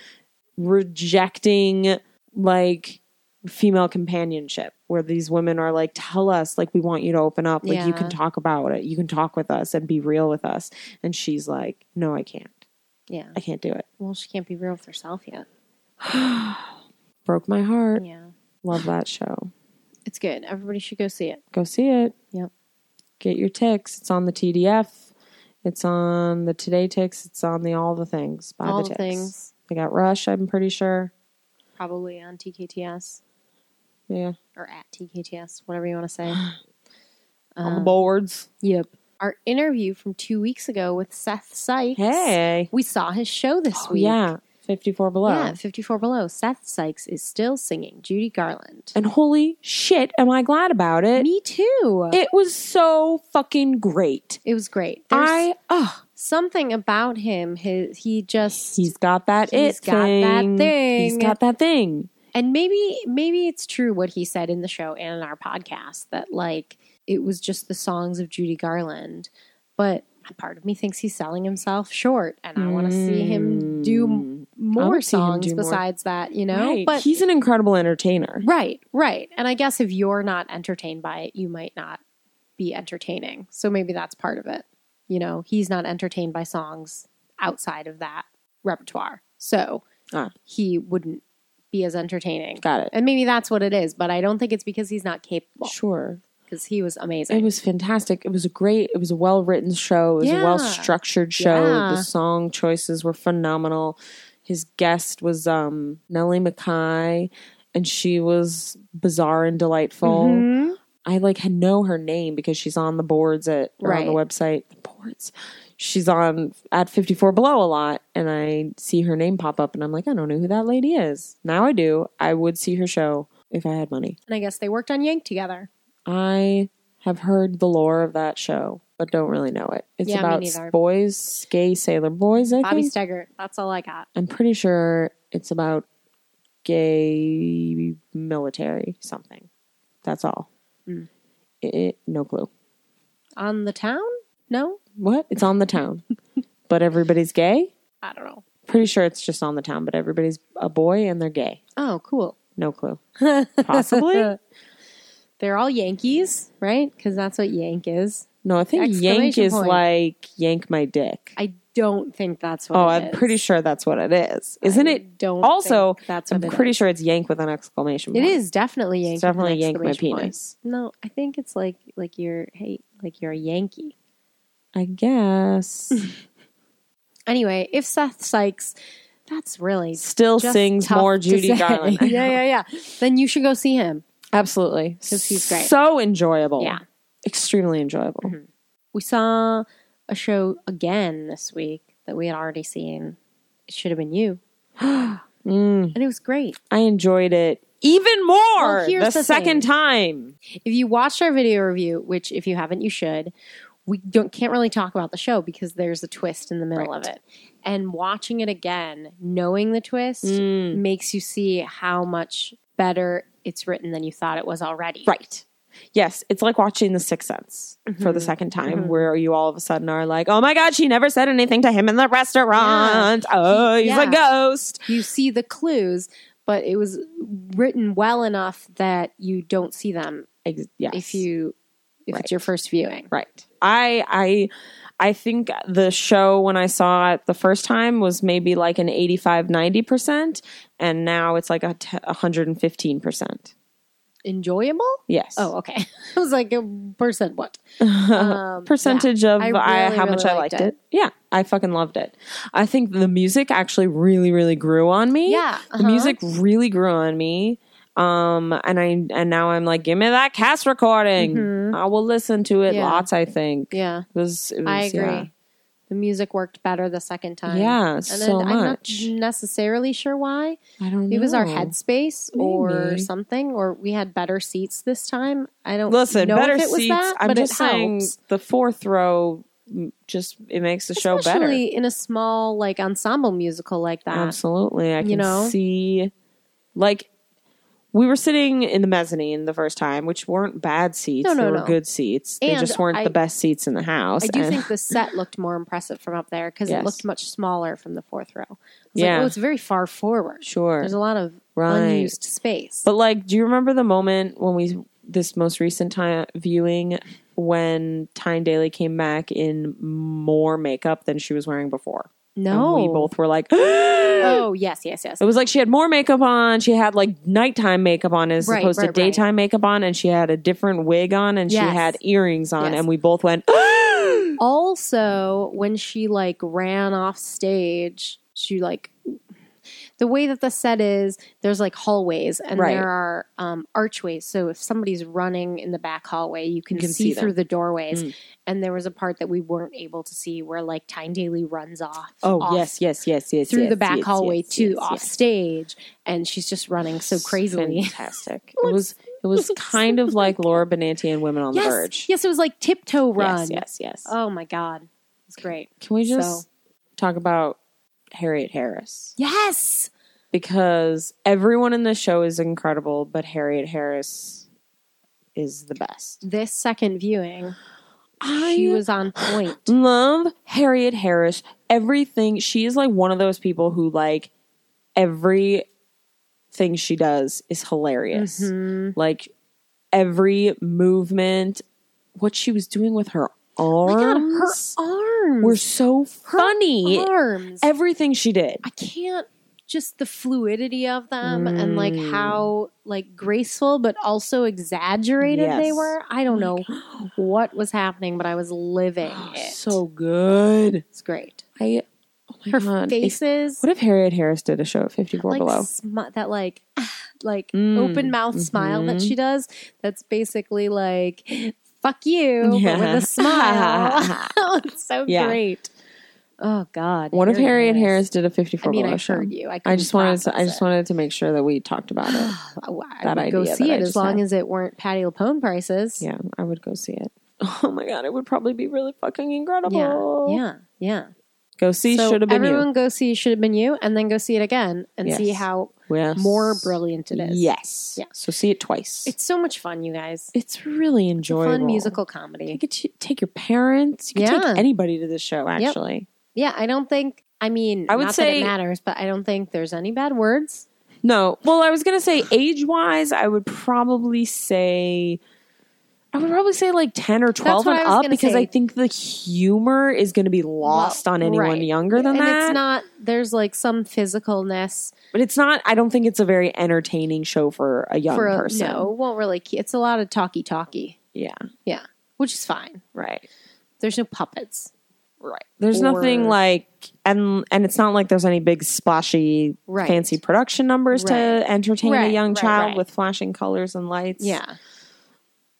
Speaker 1: rejecting like female companionship where these women are like tell us like we want you to open up like you
Speaker 2: Yeah.
Speaker 1: can talk about it you can talk with us and be real with us and she's like no i can't
Speaker 2: Yeah.
Speaker 1: i can't do it
Speaker 2: Well, she can't be real with herself yet.
Speaker 1: broke my heart
Speaker 2: Yeah.
Speaker 1: love that show
Speaker 2: It's good. Everybody should go see it.
Speaker 1: go see it
Speaker 2: Yep.
Speaker 1: get your ticks it's on the tdf it's on the today ticks it's on the all the things buy
Speaker 2: All
Speaker 1: the
Speaker 2: the
Speaker 1: ticks
Speaker 2: things.
Speaker 1: They got Rush, I'm pretty sure.
Speaker 2: probably on TKTS
Speaker 1: Yeah.
Speaker 2: or at TKTS, whatever you want to say.
Speaker 1: On the
Speaker 2: Um,
Speaker 1: boards.
Speaker 2: [gasps] Yep. Our interview from two weeks ago with Seth Sykes.
Speaker 1: Hey.
Speaker 2: We saw his show this
Speaker 1: Oh,
Speaker 2: week.
Speaker 1: yeah. 54 below.
Speaker 2: Yeah, 54 Below. Seth Sykes is still singing Judy Garland.
Speaker 1: And holy shit, am I glad about it?
Speaker 2: Me too. It,
Speaker 1: It was so fucking great.
Speaker 2: was great. There's
Speaker 1: I, oh,
Speaker 2: something about him. His, he just
Speaker 1: he's got that
Speaker 2: He's
Speaker 1: it
Speaker 2: got
Speaker 1: thing.
Speaker 2: that
Speaker 1: He's
Speaker 2: thing.
Speaker 1: got that thing.
Speaker 2: and maybe maybe it's true what he said in the show and in our podcast that like it was just the songs of Judy Garland, but a part of me thinks he's selling himself short, and I want to see him do m- more
Speaker 1: Hmm. wanna see him
Speaker 2: songs
Speaker 1: do more.
Speaker 2: besides that. You know,
Speaker 1: Right.
Speaker 2: but
Speaker 1: he's an incredible entertainer.
Speaker 2: Right, right. And I guess if you're not entertained by it, you might not be entertaining. So maybe that's part of it. You know, he's not entertained by songs outside of that repertoire. So
Speaker 1: Ah.
Speaker 2: he wouldn't be as entertaining.
Speaker 1: Got it.
Speaker 2: And maybe that's what it is, but I don't think it's because he's not capable
Speaker 1: Sure.
Speaker 2: because he was amazing.
Speaker 1: It was fantastic. It was a great, it was a well written show. It was
Speaker 2: Yeah.
Speaker 1: a well structured show.
Speaker 2: Yeah.
Speaker 1: The song choices were phenomenal. His guest was um, Nellie Mackay, and she was bizarre and delightful.
Speaker 2: Mhm.
Speaker 1: I like had- know her name because she's on the boards at or on the
Speaker 2: Right.
Speaker 1: website. The boards. She's on at 54 below a lot and I see her name pop up and I'm like, I don't know who that lady is. Now I do. I would see her show if I had money.
Speaker 2: And I guess they worked on Yank together.
Speaker 1: I have heard the lore of that show, but don't really know it. It's
Speaker 2: Yeah, me
Speaker 1: about
Speaker 2: neither.
Speaker 1: boys, gay sailor boys, I
Speaker 2: Bobby
Speaker 1: think.
Speaker 2: Steggert. That's all I got.
Speaker 1: I'm pretty sure it's about gay military something. That's all.
Speaker 2: Mm.
Speaker 1: It- it, no clue.
Speaker 2: On the town? No?
Speaker 1: What? It's on the
Speaker 2: [laughs]
Speaker 1: town. but everybody's gay?
Speaker 2: I don't know.
Speaker 1: Pretty sure it's just on the town, but everybody's a boy and they're gay.
Speaker 2: Oh, cool. [laughs]
Speaker 1: No clue. Possibly?
Speaker 2: They're all Yankees, right? Because that's what Yank is.
Speaker 1: No, I think yank
Speaker 2: Exclamation
Speaker 1: is
Speaker 2: point.
Speaker 1: like yank my dick.
Speaker 2: I don't think that's what.
Speaker 1: oh,
Speaker 2: it
Speaker 1: I'm
Speaker 2: is.
Speaker 1: pretty sure that's what it is. Isn't
Speaker 2: I
Speaker 1: it?
Speaker 2: Don't
Speaker 1: Also,
Speaker 2: think that's
Speaker 1: I'm
Speaker 2: what it
Speaker 1: pretty
Speaker 2: is.
Speaker 1: sure it's yank with an exclamation
Speaker 2: it
Speaker 1: point.
Speaker 2: is definitely Yank.
Speaker 1: It's definitely
Speaker 2: with an
Speaker 1: yank my
Speaker 2: exclamation point.
Speaker 1: penis.
Speaker 2: No, I think it's like like you're hey like you're a Yankee.
Speaker 1: I guess.
Speaker 2: [laughs] Anyway, if Seth Sykes, that's really
Speaker 1: Still
Speaker 2: just
Speaker 1: sings
Speaker 2: tough
Speaker 1: more
Speaker 2: to
Speaker 1: Judy
Speaker 2: say.
Speaker 1: Garland. I
Speaker 2: [laughs]
Speaker 1: [laughs]
Speaker 2: yeah,
Speaker 1: know.
Speaker 2: yeah, yeah. Then you should go see him.
Speaker 1: Absolutely.
Speaker 2: 'Cause he's great.
Speaker 1: So enjoyable.
Speaker 2: Yeah. Mm-hmm.
Speaker 1: Extremely enjoyable.
Speaker 2: We saw a show again this week that we had already seen. It should have been you,
Speaker 1: Mm.
Speaker 2: and it was great.
Speaker 1: I enjoyed it even more
Speaker 2: here's
Speaker 1: the
Speaker 2: the thing.
Speaker 1: second time.
Speaker 2: If you watched our video review, which if you haven't, you should. We don't can't really talk about the show because there's a twist in the middle of it. And watching it again, knowing the twist,
Speaker 1: Mm.
Speaker 2: makes you see how much better it's written than you thought it was already.
Speaker 1: Right. Yes, it's like watching The Sixth Sense for
Speaker 2: Mm-hmm.
Speaker 1: the second time, where you all of a sudden are like, "Oh my God, she never said anything to him in the restaurant. Oh, he's
Speaker 2: Yeah.
Speaker 1: a ghost."
Speaker 2: You see the clues, but it was written well enough that you don't see them
Speaker 1: Ex- yes.
Speaker 2: if you if
Speaker 1: Right.
Speaker 2: it's your first viewing.
Speaker 1: right, I, I, I think the show when I saw it the first time was maybe like an 85, 90 percent, and now it's like a hundred and fifteen percent.
Speaker 2: Enjoyable?
Speaker 1: Yes. [laughs]
Speaker 2: Oh, okay. [laughs] I was like a percent what? Um,
Speaker 1: Uh-huh. percentage of
Speaker 2: I
Speaker 1: I
Speaker 2: really,
Speaker 1: how much
Speaker 2: really
Speaker 1: I liked
Speaker 2: liked
Speaker 1: it.
Speaker 2: it.
Speaker 1: Yeah, I fucking loved it. I think the music actually really, really grew on me.
Speaker 2: Yeah, uh-huh.
Speaker 1: the music really grew on me. Um, and I and now I'm like, give me that cast recording. I will listen to it
Speaker 2: Mm-hmm. Yeah.
Speaker 1: lots. I think.
Speaker 2: Yeah.
Speaker 1: It was, it was,
Speaker 2: I agree.
Speaker 1: Yeah,
Speaker 2: The music worked better the second time.
Speaker 1: Yeah,
Speaker 2: and
Speaker 1: so
Speaker 2: I'm
Speaker 1: much.
Speaker 2: not necessarily sure why.
Speaker 1: I don't. know.
Speaker 2: It was our headspace or
Speaker 1: Maybe.
Speaker 2: something, or we had better seats this time. I don't
Speaker 1: Listen,
Speaker 2: know
Speaker 1: better
Speaker 2: if it was
Speaker 1: seats.
Speaker 2: that,
Speaker 1: I'm
Speaker 2: but
Speaker 1: just
Speaker 2: it
Speaker 1: saying
Speaker 2: helps.
Speaker 1: the fourth row mm, just it makes the show better.
Speaker 2: Especially in a small like ensemble musical like that.
Speaker 1: Absolutely. I
Speaker 2: You
Speaker 1: can
Speaker 2: know?
Speaker 1: see like we were sitting in the mezzanine the first time, which weren't bad seats.
Speaker 2: No, no,
Speaker 1: they were
Speaker 2: no.
Speaker 1: good seats. they
Speaker 2: And
Speaker 1: just weren't
Speaker 2: I-
Speaker 1: the best seats in the house.
Speaker 2: I
Speaker 1: [laughs]
Speaker 2: do
Speaker 1: And-
Speaker 2: think the set looked more impressive from up there because it
Speaker 1: Yes.
Speaker 2: looked much smaller from the fourth row. I was
Speaker 1: Yeah.
Speaker 2: like, oh, it's very far forward.
Speaker 1: sure.
Speaker 2: There's a lot of
Speaker 1: Right.
Speaker 2: unused space.
Speaker 1: But like, do you remember the moment when we this most recent time viewing when Tyne Daly came back in more makeup than she was wearing before?
Speaker 2: no,
Speaker 1: And we both were like [gasps]
Speaker 2: Oh yes, yes, yes.
Speaker 1: It was like she had more makeup on. She had like nighttime makeup on as
Speaker 2: Right,
Speaker 1: opposed
Speaker 2: right,
Speaker 1: to
Speaker 2: right.
Speaker 1: daytime makeup on, and she had a different wig on, and
Speaker 2: Yes.
Speaker 1: she had earrings on,
Speaker 2: Yes.
Speaker 1: and we both went. [gasps] oh,
Speaker 2: also when she like ran off stage she like the way that the set is, there's like hallways and
Speaker 1: Right.
Speaker 2: there are um, archways. So if somebody's running in the back hallway, you can,
Speaker 1: You can
Speaker 2: see,
Speaker 1: see them.
Speaker 2: through the doorways.
Speaker 1: Mm.
Speaker 2: And there was a part that we weren't able to see where like Time Daily runs off.
Speaker 1: Oh
Speaker 2: off
Speaker 1: yes, yes, yes, yes.
Speaker 2: Through
Speaker 1: yes,
Speaker 2: the back
Speaker 1: yes,
Speaker 2: hallway
Speaker 1: yes,
Speaker 2: to
Speaker 1: yes,
Speaker 2: off
Speaker 1: yes.
Speaker 2: stage, and she's just running so crazily.
Speaker 1: Fantastic. it was it
Speaker 2: [laughs]
Speaker 1: was kind of like Laura Benanti and Women on
Speaker 2: yes,
Speaker 1: the Verge.
Speaker 2: yes, it was like tiptoe run.
Speaker 1: Yes, yes, yes.
Speaker 2: Oh my god, it's great.
Speaker 1: Um, Can we just
Speaker 2: so-
Speaker 1: talk about Harriet Harris?
Speaker 2: Yes,
Speaker 1: Because everyone in this show is incredible, but Harriet Harris is the best.
Speaker 2: this second viewing,
Speaker 1: I
Speaker 2: she was on point. [sniffs]
Speaker 1: love Harriet Harris. Everything she is like one of those people who like everything she does is hilarious.
Speaker 2: Mhm.
Speaker 1: Like every movement, what she was doing with her
Speaker 2: Oh
Speaker 1: arms
Speaker 2: my god, her arms.
Speaker 1: were so funny.
Speaker 2: arms.
Speaker 1: Everything she did.
Speaker 2: I can't just the fluidity of them and like how like graceful but also exaggerated they
Speaker 1: Yes.
Speaker 2: were. I don't know what was happening, but I was [gasps] living it.
Speaker 1: So good.
Speaker 2: it's great.
Speaker 1: I oh my
Speaker 2: Her
Speaker 1: god. If-
Speaker 2: faces
Speaker 1: what if Harriet Harris did a show at 54
Speaker 2: like
Speaker 1: below?
Speaker 2: smi- that like [sighs] like
Speaker 1: Mm,
Speaker 2: open mouth smile that
Speaker 1: mhm.
Speaker 2: she does that's basically like fuck you but
Speaker 1: Yeah. [laughs]
Speaker 2: with a smile [laughs] it's so
Speaker 1: Yeah.
Speaker 2: great oh god
Speaker 1: What if Harriet Harris did a 54
Speaker 2: I mean,
Speaker 1: below
Speaker 2: I
Speaker 1: show?
Speaker 2: heard you. I,
Speaker 1: I just wanted to,
Speaker 2: couldn't
Speaker 1: I just wanted to make sure that we talked about
Speaker 2: process [sighs]
Speaker 1: it.
Speaker 2: it. I
Speaker 1: that
Speaker 2: would go
Speaker 1: idea
Speaker 2: see
Speaker 1: that I
Speaker 2: it as
Speaker 1: just
Speaker 2: long
Speaker 1: had.
Speaker 2: as it weren't Patty Lapone prices.
Speaker 1: yeah, I would go see it. [laughs] Oh my god, it would probably be really fucking
Speaker 2: yeah,
Speaker 1: incredible.
Speaker 2: yeah. yeah.
Speaker 1: Go see
Speaker 2: so
Speaker 1: should have been
Speaker 2: everyone
Speaker 1: you.
Speaker 2: go see should have been you, and then go see it again and see
Speaker 1: Yes.
Speaker 2: how
Speaker 1: Yes.
Speaker 2: more brilliant it is.
Speaker 1: Yes.
Speaker 2: Yeah.
Speaker 1: So see it twice. It's,
Speaker 2: it's so much fun, you guys.
Speaker 1: really enjoyable.
Speaker 2: Fun musical comedy.
Speaker 1: You could t- take your parents. You could
Speaker 2: Yeah.
Speaker 1: take anybody to this show. Actually,
Speaker 2: Yeah, I don't think. I mean,
Speaker 1: I would
Speaker 2: not that
Speaker 1: say-
Speaker 2: it matters, but I don't think there's any bad words.
Speaker 1: no. Well, I was gonna say age wise, I would probably say. I would probably say like ten or twelve
Speaker 2: what
Speaker 1: and
Speaker 2: I was
Speaker 1: up
Speaker 2: gonna
Speaker 1: because
Speaker 2: say.
Speaker 1: I think the humor is going to be lost
Speaker 2: Well,
Speaker 1: on anyone
Speaker 2: right.
Speaker 1: younger than
Speaker 2: and
Speaker 1: that.
Speaker 2: it's not. There's like some physicalness
Speaker 1: But it's not. I don't think it's a very entertaining show for a young
Speaker 2: for a,
Speaker 1: person.
Speaker 2: no, it won't really. ke- It's a lot of talky talky,
Speaker 1: Yeah.
Speaker 2: which is fine.
Speaker 1: Right.
Speaker 2: There's no puppets,
Speaker 1: Right. There's nothing
Speaker 2: Or-
Speaker 1: like, and and it's not like there's any big splashy,
Speaker 2: right?
Speaker 1: fancy production numbers
Speaker 2: Right.
Speaker 1: to entertain a
Speaker 2: Right,
Speaker 1: young
Speaker 2: right,
Speaker 1: child
Speaker 2: right.
Speaker 1: with flashing colors and lights.
Speaker 2: yeah,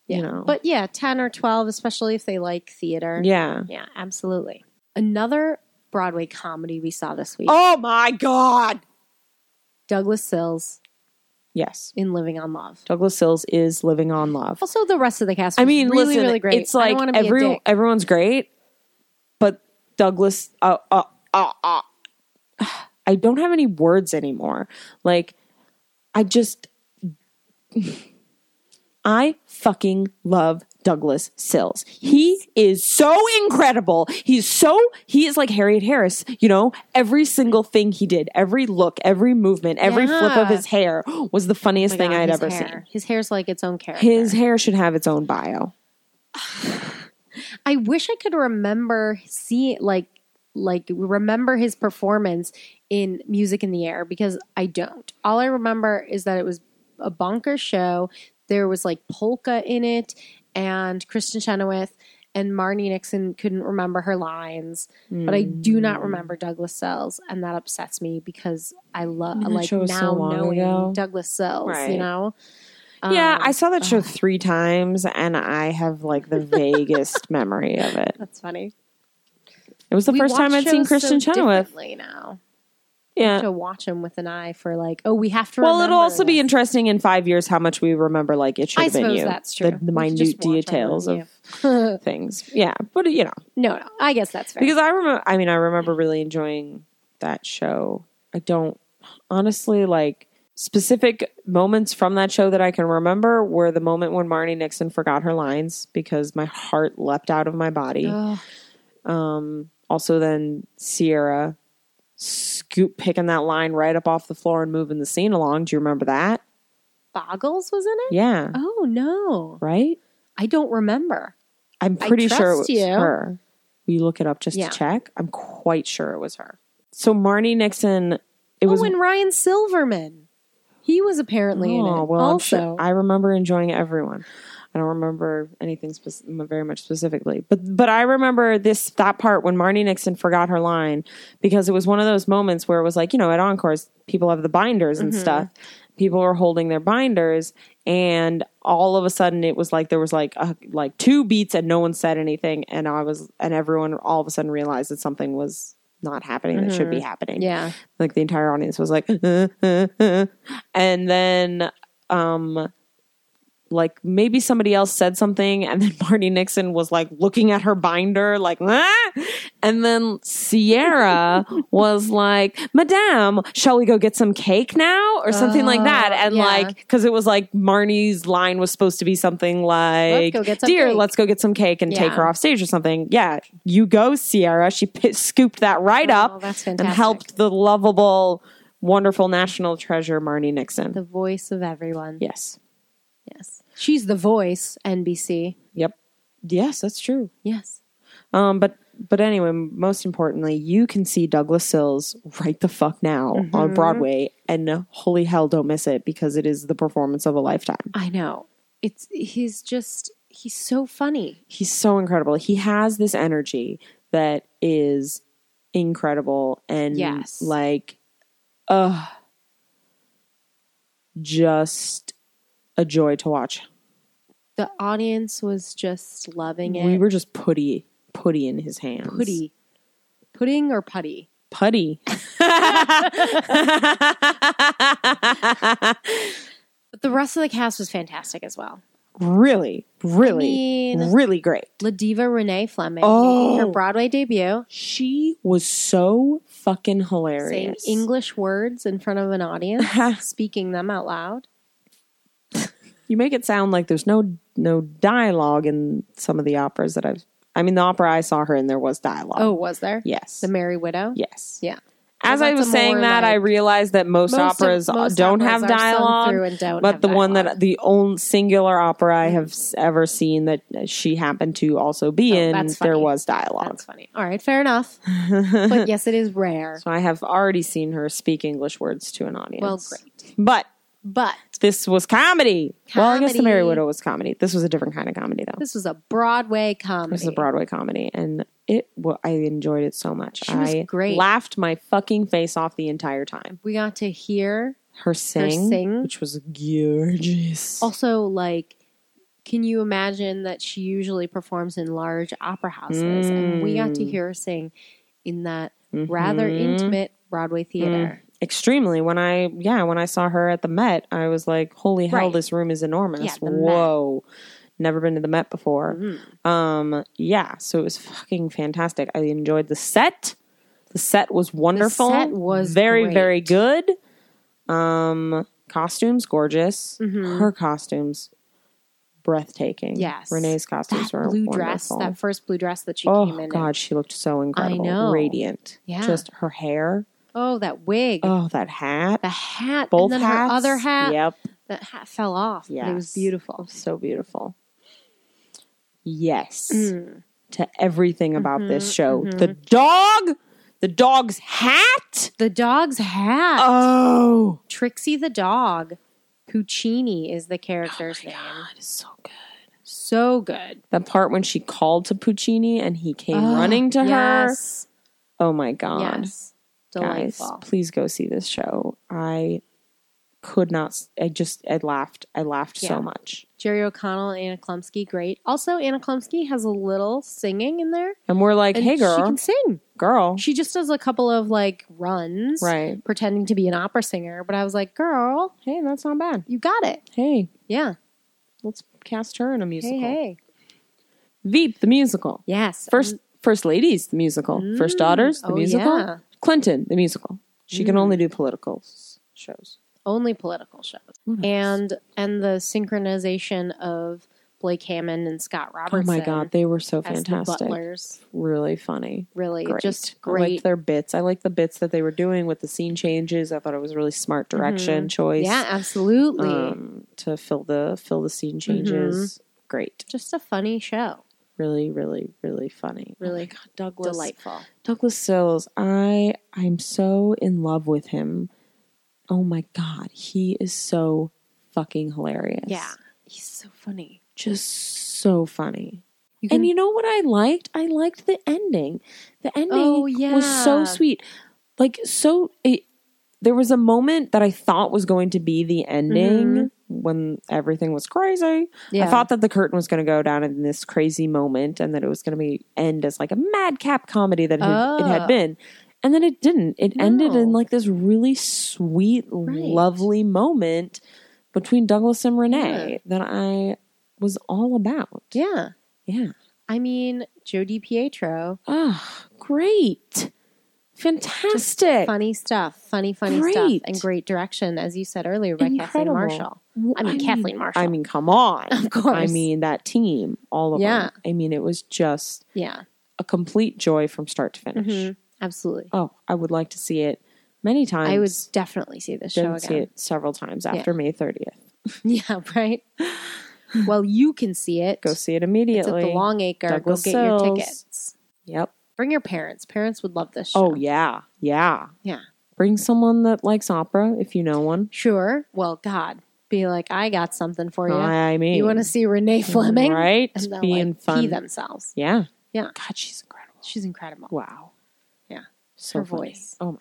Speaker 2: yeah.
Speaker 1: You know.
Speaker 2: But yeah, ten or twelve, especially if they like theater.
Speaker 1: Yeah.
Speaker 2: yeah, absolutely. Another Broadway comedy we saw this week:
Speaker 1: Oh my God.
Speaker 2: Douglas Sills
Speaker 1: Yes.
Speaker 2: in Living on Love.
Speaker 1: Douglas Sills is living on love.
Speaker 2: Also, the rest of the cast. Was
Speaker 1: I mean,
Speaker 2: really,
Speaker 1: listen,
Speaker 2: really great.
Speaker 1: it's
Speaker 2: I don't
Speaker 1: like
Speaker 2: wanna be a
Speaker 1: every
Speaker 2: dick.
Speaker 1: everyone's great, but Douglas, uh, uh, uh, uh, [sighs] I don't have any words anymore. Like, I just, [sighs] I fucking love Douglas Sills. He is so incredible. He's so he is like Harriet Harris. You know, every single thing he did, every look, every movement, every flip of
Speaker 2: Yeah. Oh
Speaker 1: his hair was the funniest
Speaker 2: my
Speaker 1: thing
Speaker 2: God,
Speaker 1: I'd
Speaker 2: his
Speaker 1: ever
Speaker 2: hair.
Speaker 1: seen.
Speaker 2: His hair's like its own character.
Speaker 1: His hair should have its own bio.
Speaker 2: I wish I could remember see like like remember his performance in Music in the Air because I don't. All I remember is that it was a bonker show. There was like polka in it and Kristen Chenoweth and Marnie Nixon couldn't remember her lines, but I do not
Speaker 1: Hmm.
Speaker 2: remember Douglas Sills, and that upsets me because I love
Speaker 1: I mean, that
Speaker 2: like
Speaker 1: show was so
Speaker 2: now
Speaker 1: long
Speaker 2: knowing
Speaker 1: ago.
Speaker 2: Douglas Sills, you
Speaker 1: Right.
Speaker 2: know.
Speaker 1: yeah,
Speaker 2: Um,
Speaker 1: I saw that show
Speaker 2: ugh.
Speaker 1: three times, and I have like the
Speaker 2: [laughs]
Speaker 1: vaguest memory of it.
Speaker 2: That's funny.
Speaker 1: It was the
Speaker 2: We
Speaker 1: first time
Speaker 2: watch
Speaker 1: I'd seen
Speaker 2: shows so
Speaker 1: Kristen Chenoweth.
Speaker 2: differently now.
Speaker 1: Yeah.
Speaker 2: to watch them with an eye for like, oh, we have to.
Speaker 1: Well, it'll
Speaker 2: remember
Speaker 1: also be
Speaker 2: this.
Speaker 1: interesting in five years how much we remember. Like it should
Speaker 2: I
Speaker 1: have been
Speaker 2: suppose
Speaker 1: you.
Speaker 2: that's true.
Speaker 1: The,
Speaker 2: We
Speaker 1: the
Speaker 2: could
Speaker 1: minute
Speaker 2: just watch on
Speaker 1: details of
Speaker 2: no,
Speaker 1: things. Yeah, but you know,
Speaker 2: [laughs] no, I guess that's fair.
Speaker 1: because I remember. I mean, I remember really enjoying that show. I don't honestly like specific moments from that show that I can remember were the moment when Marnie Nixon forgot her lines because my heart leapt out of my body.
Speaker 2: Ugh.
Speaker 1: Um, also, then Sierra scoop picking that line right up off the floor and moving the scene along. Do you remember that?
Speaker 2: Boggles was in it.
Speaker 1: Yeah,
Speaker 2: Oh no,
Speaker 1: right.
Speaker 2: I don't remember.
Speaker 1: I'm
Speaker 2: I
Speaker 1: pretty sure it was
Speaker 2: trust you.
Speaker 1: her. Will you look it up just
Speaker 2: Yeah.
Speaker 1: to check? I'm quite sure it was her. So Marnie Nixon, it was.
Speaker 2: oh, and Ryan Silverman. He was apparently in
Speaker 1: Oh,
Speaker 2: it.
Speaker 1: well, I'm
Speaker 2: also,
Speaker 1: sure- I remember enjoying everyone. I don't remember anything spec- very much specifically, but but I remember this that part when Marnie Nixon forgot her line because it was one of those moments where it was like you know at encores people have the binders
Speaker 2: Mm-hmm.
Speaker 1: and stuff, people were holding their binders, and all of a sudden it was like there was like a, like two beats and no one said anything, and I was and everyone all of a sudden realized that something was not happening that should be
Speaker 2: Mm-hmm.
Speaker 1: happening
Speaker 2: Yeah.
Speaker 1: like the entire audience was like [laughs] uh, uh, uh. and then um like maybe somebody else said something and then [laughs] Marty Nixon was like looking at her binder like "Ah!" and then
Speaker 2: [laughs]
Speaker 1: Sierra was like madame shall we go get some cake now or something like that
Speaker 2: Oh,
Speaker 1: and
Speaker 2: yeah.
Speaker 1: like cuz it was like Marnie's line was supposed to be something like
Speaker 2: go get some
Speaker 1: dear
Speaker 2: cake."
Speaker 1: let's go get some cake and take
Speaker 2: Yeah.
Speaker 1: her off stage or something yeah you go Sierra she p- scooped that right
Speaker 2: Oh,
Speaker 1: up
Speaker 2: that's
Speaker 1: and
Speaker 2: fantastic.
Speaker 1: helped the lovable, wonderful national treasure, Marnie Nixon.
Speaker 2: The voice of everyone.
Speaker 1: yes.
Speaker 2: Yes. She's the voice, NBC.
Speaker 1: Yep. Yes, that's true.
Speaker 2: Yes.
Speaker 1: Um, but but anyway, most importantly, you can see Douglas Sills right the fuck now
Speaker 2: Mm-hmm.
Speaker 1: on Broadway, and holy hell, don't miss it because it is the performance of a lifetime.
Speaker 2: I know. It's he's just he's so funny.
Speaker 1: He's so incredible. He has this energy that is incredible, and
Speaker 2: Yes.
Speaker 1: like, uh, just a joy to watch.
Speaker 2: The audience was just loving it.
Speaker 1: We were just putty, putty in his hands.
Speaker 2: putty. Pudding or putty?
Speaker 1: Putty.
Speaker 2: But the rest of the cast was fantastic as well.
Speaker 1: really, really,
Speaker 2: mean-
Speaker 1: really great.
Speaker 2: La Diva Renee Fleming
Speaker 1: Oh.
Speaker 2: making her Broadway debut,
Speaker 1: She was so fucking hilarious.
Speaker 2: saying English words in front of an audience,
Speaker 1: [laughs]
Speaker 2: speaking them out loud.
Speaker 1: You make it sound like there's no no dialogue in some of the operas that I've. I mean, the opera I saw her in, there was dialogue.
Speaker 2: Oh, was there?
Speaker 1: yes,
Speaker 2: The Merry Widow?
Speaker 1: yes.
Speaker 2: Yeah.
Speaker 1: As
Speaker 2: Well,
Speaker 1: I
Speaker 2: that's
Speaker 1: was
Speaker 2: a
Speaker 1: saying
Speaker 2: more,
Speaker 1: that, I
Speaker 2: like-
Speaker 1: realized that most,
Speaker 2: Most of-
Speaker 1: operas uh,
Speaker 2: most
Speaker 1: don't
Speaker 2: operas
Speaker 1: have
Speaker 2: are sewn through
Speaker 1: dialogue.
Speaker 2: and don't
Speaker 1: but
Speaker 2: have
Speaker 1: the one
Speaker 2: dialogue.
Speaker 1: that the only singular opera I have s- ever seen that she happened to also be
Speaker 2: Oh,
Speaker 1: in,
Speaker 2: that's
Speaker 1: there
Speaker 2: funny.
Speaker 1: was dialogue.
Speaker 2: That's funny. All right,
Speaker 1: [laughs]
Speaker 2: fair enough. but yes, it is rare.
Speaker 1: So I have already seen her speak English words to an audience.
Speaker 2: Well, great.
Speaker 1: But
Speaker 2: But
Speaker 1: this was comedy. Well, I guess The Merry
Speaker 2: Comedy.
Speaker 1: Widow was comedy. This was a different kind of comedy, though. This,
Speaker 2: this was a Broadway comedy.
Speaker 1: was a Broadway comedy, and it. Well, I enjoyed it so much.
Speaker 2: She
Speaker 1: I
Speaker 2: was great.
Speaker 1: laughed my fucking face off the entire time.
Speaker 2: we got to hear
Speaker 1: Her sing,
Speaker 2: sing. Oh,
Speaker 1: which was gorgeous.
Speaker 2: also like can you imagine that she usually performs in large opera houses and we
Speaker 1: Hmm.
Speaker 2: got to hear her sing in that rather
Speaker 1: Mm-hmm.
Speaker 2: intimate Broadway theater.
Speaker 1: extremely when i yeah when i saw her at the met i was like holy hell
Speaker 2: Right.
Speaker 1: this room is enormous
Speaker 2: Yeah, the Met.
Speaker 1: whoa never been to the met before um yeah so it was fucking fantastic i enjoyed the set the set was wonderful
Speaker 2: set was
Speaker 1: very
Speaker 2: great.
Speaker 1: very good um costumes gorgeous her costumes breathtaking
Speaker 2: Mm-hmm. Yes.
Speaker 1: renee's costumes
Speaker 2: That
Speaker 1: were
Speaker 2: blue
Speaker 1: wonderful.
Speaker 2: dress, that first blue dress that she came
Speaker 1: oh
Speaker 2: in.
Speaker 1: god
Speaker 2: in.
Speaker 1: she looked so incredible
Speaker 2: know.
Speaker 1: radiant
Speaker 2: Yeah.
Speaker 1: just her hair
Speaker 2: Oh, that wig.
Speaker 1: oh that hat
Speaker 2: the hat
Speaker 1: both
Speaker 2: and then
Speaker 1: hats.
Speaker 2: her other hat.
Speaker 1: Yep.
Speaker 2: That hat fell off. but It was
Speaker 1: Yes.
Speaker 2: beautiful.
Speaker 1: So beautiful. Yes.
Speaker 2: Mm.
Speaker 1: To everything about this
Speaker 2: Mm-hmm,
Speaker 1: show. The dog, the dog's hat.
Speaker 2: The dog's hat.
Speaker 1: Oh.
Speaker 2: Trixie the dog. Puccini is the character's name.
Speaker 1: That is so good.
Speaker 2: So good.
Speaker 1: The part when she called to Puccini and he came
Speaker 2: Oh,
Speaker 1: running to
Speaker 2: yes.
Speaker 1: her. Oh my god.
Speaker 2: Yes.
Speaker 1: Guys,
Speaker 2: Delightful.
Speaker 1: please go see this show. I could not s- I just I laughed. I laughed
Speaker 2: Yeah.
Speaker 1: so much.
Speaker 2: Jerry O'Connell, Anna Klumsky, great. Also, Anna Klumsky has a little singing in there.
Speaker 1: And we're like,
Speaker 2: and
Speaker 1: "Hey girl,
Speaker 2: She can sing. [laughs]
Speaker 1: girl."
Speaker 2: She just does a couple of like runs.
Speaker 1: Right.
Speaker 2: Pretending to be an opera singer. But I was like, girl,
Speaker 1: Hey, that's not bad.
Speaker 2: you got it.
Speaker 1: Hey,
Speaker 2: Yeah.
Speaker 1: let's cast her in a musical.
Speaker 2: Hey, hey.
Speaker 1: Veep the musical.
Speaker 2: Yes.
Speaker 1: First First Ladies the musical. First Daughters the
Speaker 2: oh,
Speaker 1: musical.
Speaker 2: yeah. Mm.
Speaker 1: Clinton the musical. She can only do political s- shows.
Speaker 2: only political shows. And and the synchronization of Blake Hammond and Scott
Speaker 1: Oh
Speaker 2: Robertson.
Speaker 1: my god, they were so
Speaker 2: as the
Speaker 1: fantastic.
Speaker 2: butlers.
Speaker 1: Really funny.
Speaker 2: Really,
Speaker 1: Great.
Speaker 2: just
Speaker 1: I liked
Speaker 2: great.
Speaker 1: their bits. I liked the bits that they were doing with the scene changes. I thought it was a really smart direction choice.
Speaker 2: Mm-hmm. yeah, absolutely. Mm-hmm.
Speaker 1: Um, to fill the fill the scene changes. Great.
Speaker 2: just a funny show.
Speaker 1: Really, really, really funny. Oh my
Speaker 2: Really
Speaker 1: God, Douglas.
Speaker 2: delightful.
Speaker 1: Douglas Sills, I I'm so in love with him. Oh my god, he is so fucking hilarious.
Speaker 2: Yeah, he's so funny.
Speaker 1: just so funny.
Speaker 2: You
Speaker 1: And you know what I liked? I liked the ending. The ending
Speaker 2: Oh,
Speaker 1: was so
Speaker 2: yeah.
Speaker 1: sweet. Like so it, there was a moment that I thought was going to be the ending when everything was crazy. I
Speaker 2: Mm-hmm. Yeah.
Speaker 1: thought that the curtain was going to go down in this crazy moment and that it was going to be end as like a madcap comedy that it, had it had
Speaker 2: Oh.
Speaker 1: been. And then it didn't. It ended in
Speaker 2: No.
Speaker 1: like this really sweet,
Speaker 2: Right.
Speaker 1: lovely moment between Douglas and Renee
Speaker 2: Yeah.
Speaker 1: that I was all about.
Speaker 2: yeah.
Speaker 1: Yeah.
Speaker 2: I mean, Jody Pietro.
Speaker 1: Ah, great. Fantastic.
Speaker 2: Funny stuff. Funny, funny
Speaker 1: Great.
Speaker 2: stuff. And great direction, as you said earlier, by
Speaker 1: Incredible.
Speaker 2: Kathleen Marshall.
Speaker 1: W-
Speaker 2: I mean, Kathleen Marshall.
Speaker 1: I mean, come on.
Speaker 2: Of course.
Speaker 1: I mean, that team, all of
Speaker 2: Yeah.
Speaker 1: them. I mean, it was just
Speaker 2: yeah.
Speaker 1: a complete joy from start to finish.
Speaker 2: Mhm. Absolutely.
Speaker 1: Oh, I would like to see it many times.
Speaker 2: I would definitely see this show
Speaker 1: didn't
Speaker 2: again.
Speaker 1: see it several times after May 30th.
Speaker 2: [laughs] Yeah, right. well, you can see it.
Speaker 1: Go see it
Speaker 2: it's at
Speaker 1: immediately.
Speaker 2: the Long Acre.
Speaker 1: Douglas
Speaker 2: Go get your
Speaker 1: Sills.
Speaker 2: tickets.
Speaker 1: yep.
Speaker 2: Bring your parents. Parents would love this show.
Speaker 1: Oh, yeah. Yeah.
Speaker 2: Yeah.
Speaker 1: Bring someone that likes opera if you know one.
Speaker 2: Sure. Well, God, be like, I got something for you.
Speaker 1: I mean,
Speaker 2: Oh, you want to see Renee Fleming,
Speaker 1: Right?
Speaker 2: And they'll
Speaker 1: Being
Speaker 2: like
Speaker 1: fun.
Speaker 2: pee themselves.
Speaker 1: Yeah.
Speaker 2: Yeah.
Speaker 1: God, she's incredible.
Speaker 2: She's incredible
Speaker 1: Wow.
Speaker 2: Yeah.
Speaker 1: So
Speaker 2: Her
Speaker 1: funny.
Speaker 2: voice.
Speaker 1: Oh my god.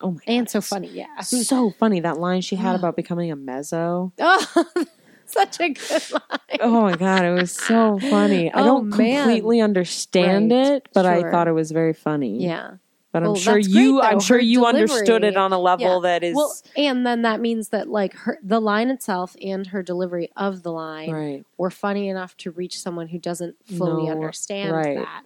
Speaker 1: Oh my god.
Speaker 2: and so funny. Yeah.
Speaker 1: So funny that line she had about becoming a mezzo.
Speaker 2: [laughs] Oh, [laughs] such a good line.
Speaker 1: Oh my god, it was so funny. I
Speaker 2: Oh,
Speaker 1: don't
Speaker 2: man.
Speaker 1: completely understand
Speaker 2: Right.
Speaker 1: it, but I
Speaker 2: Sure.
Speaker 1: thought it was very funny.
Speaker 2: Yeah.
Speaker 1: But I'm
Speaker 2: Well,
Speaker 1: sure
Speaker 2: that's
Speaker 1: you
Speaker 2: great,
Speaker 1: I'm
Speaker 2: though.
Speaker 1: sure
Speaker 2: Her
Speaker 1: you understood it
Speaker 2: delivery-
Speaker 1: on a level
Speaker 2: Yeah.
Speaker 1: that is
Speaker 2: Well, and then that means that like her the line itself and her delivery of the line
Speaker 1: right.
Speaker 2: were funny enough to reach someone who doesn't fully
Speaker 1: No,
Speaker 2: understand
Speaker 1: right.
Speaker 2: that.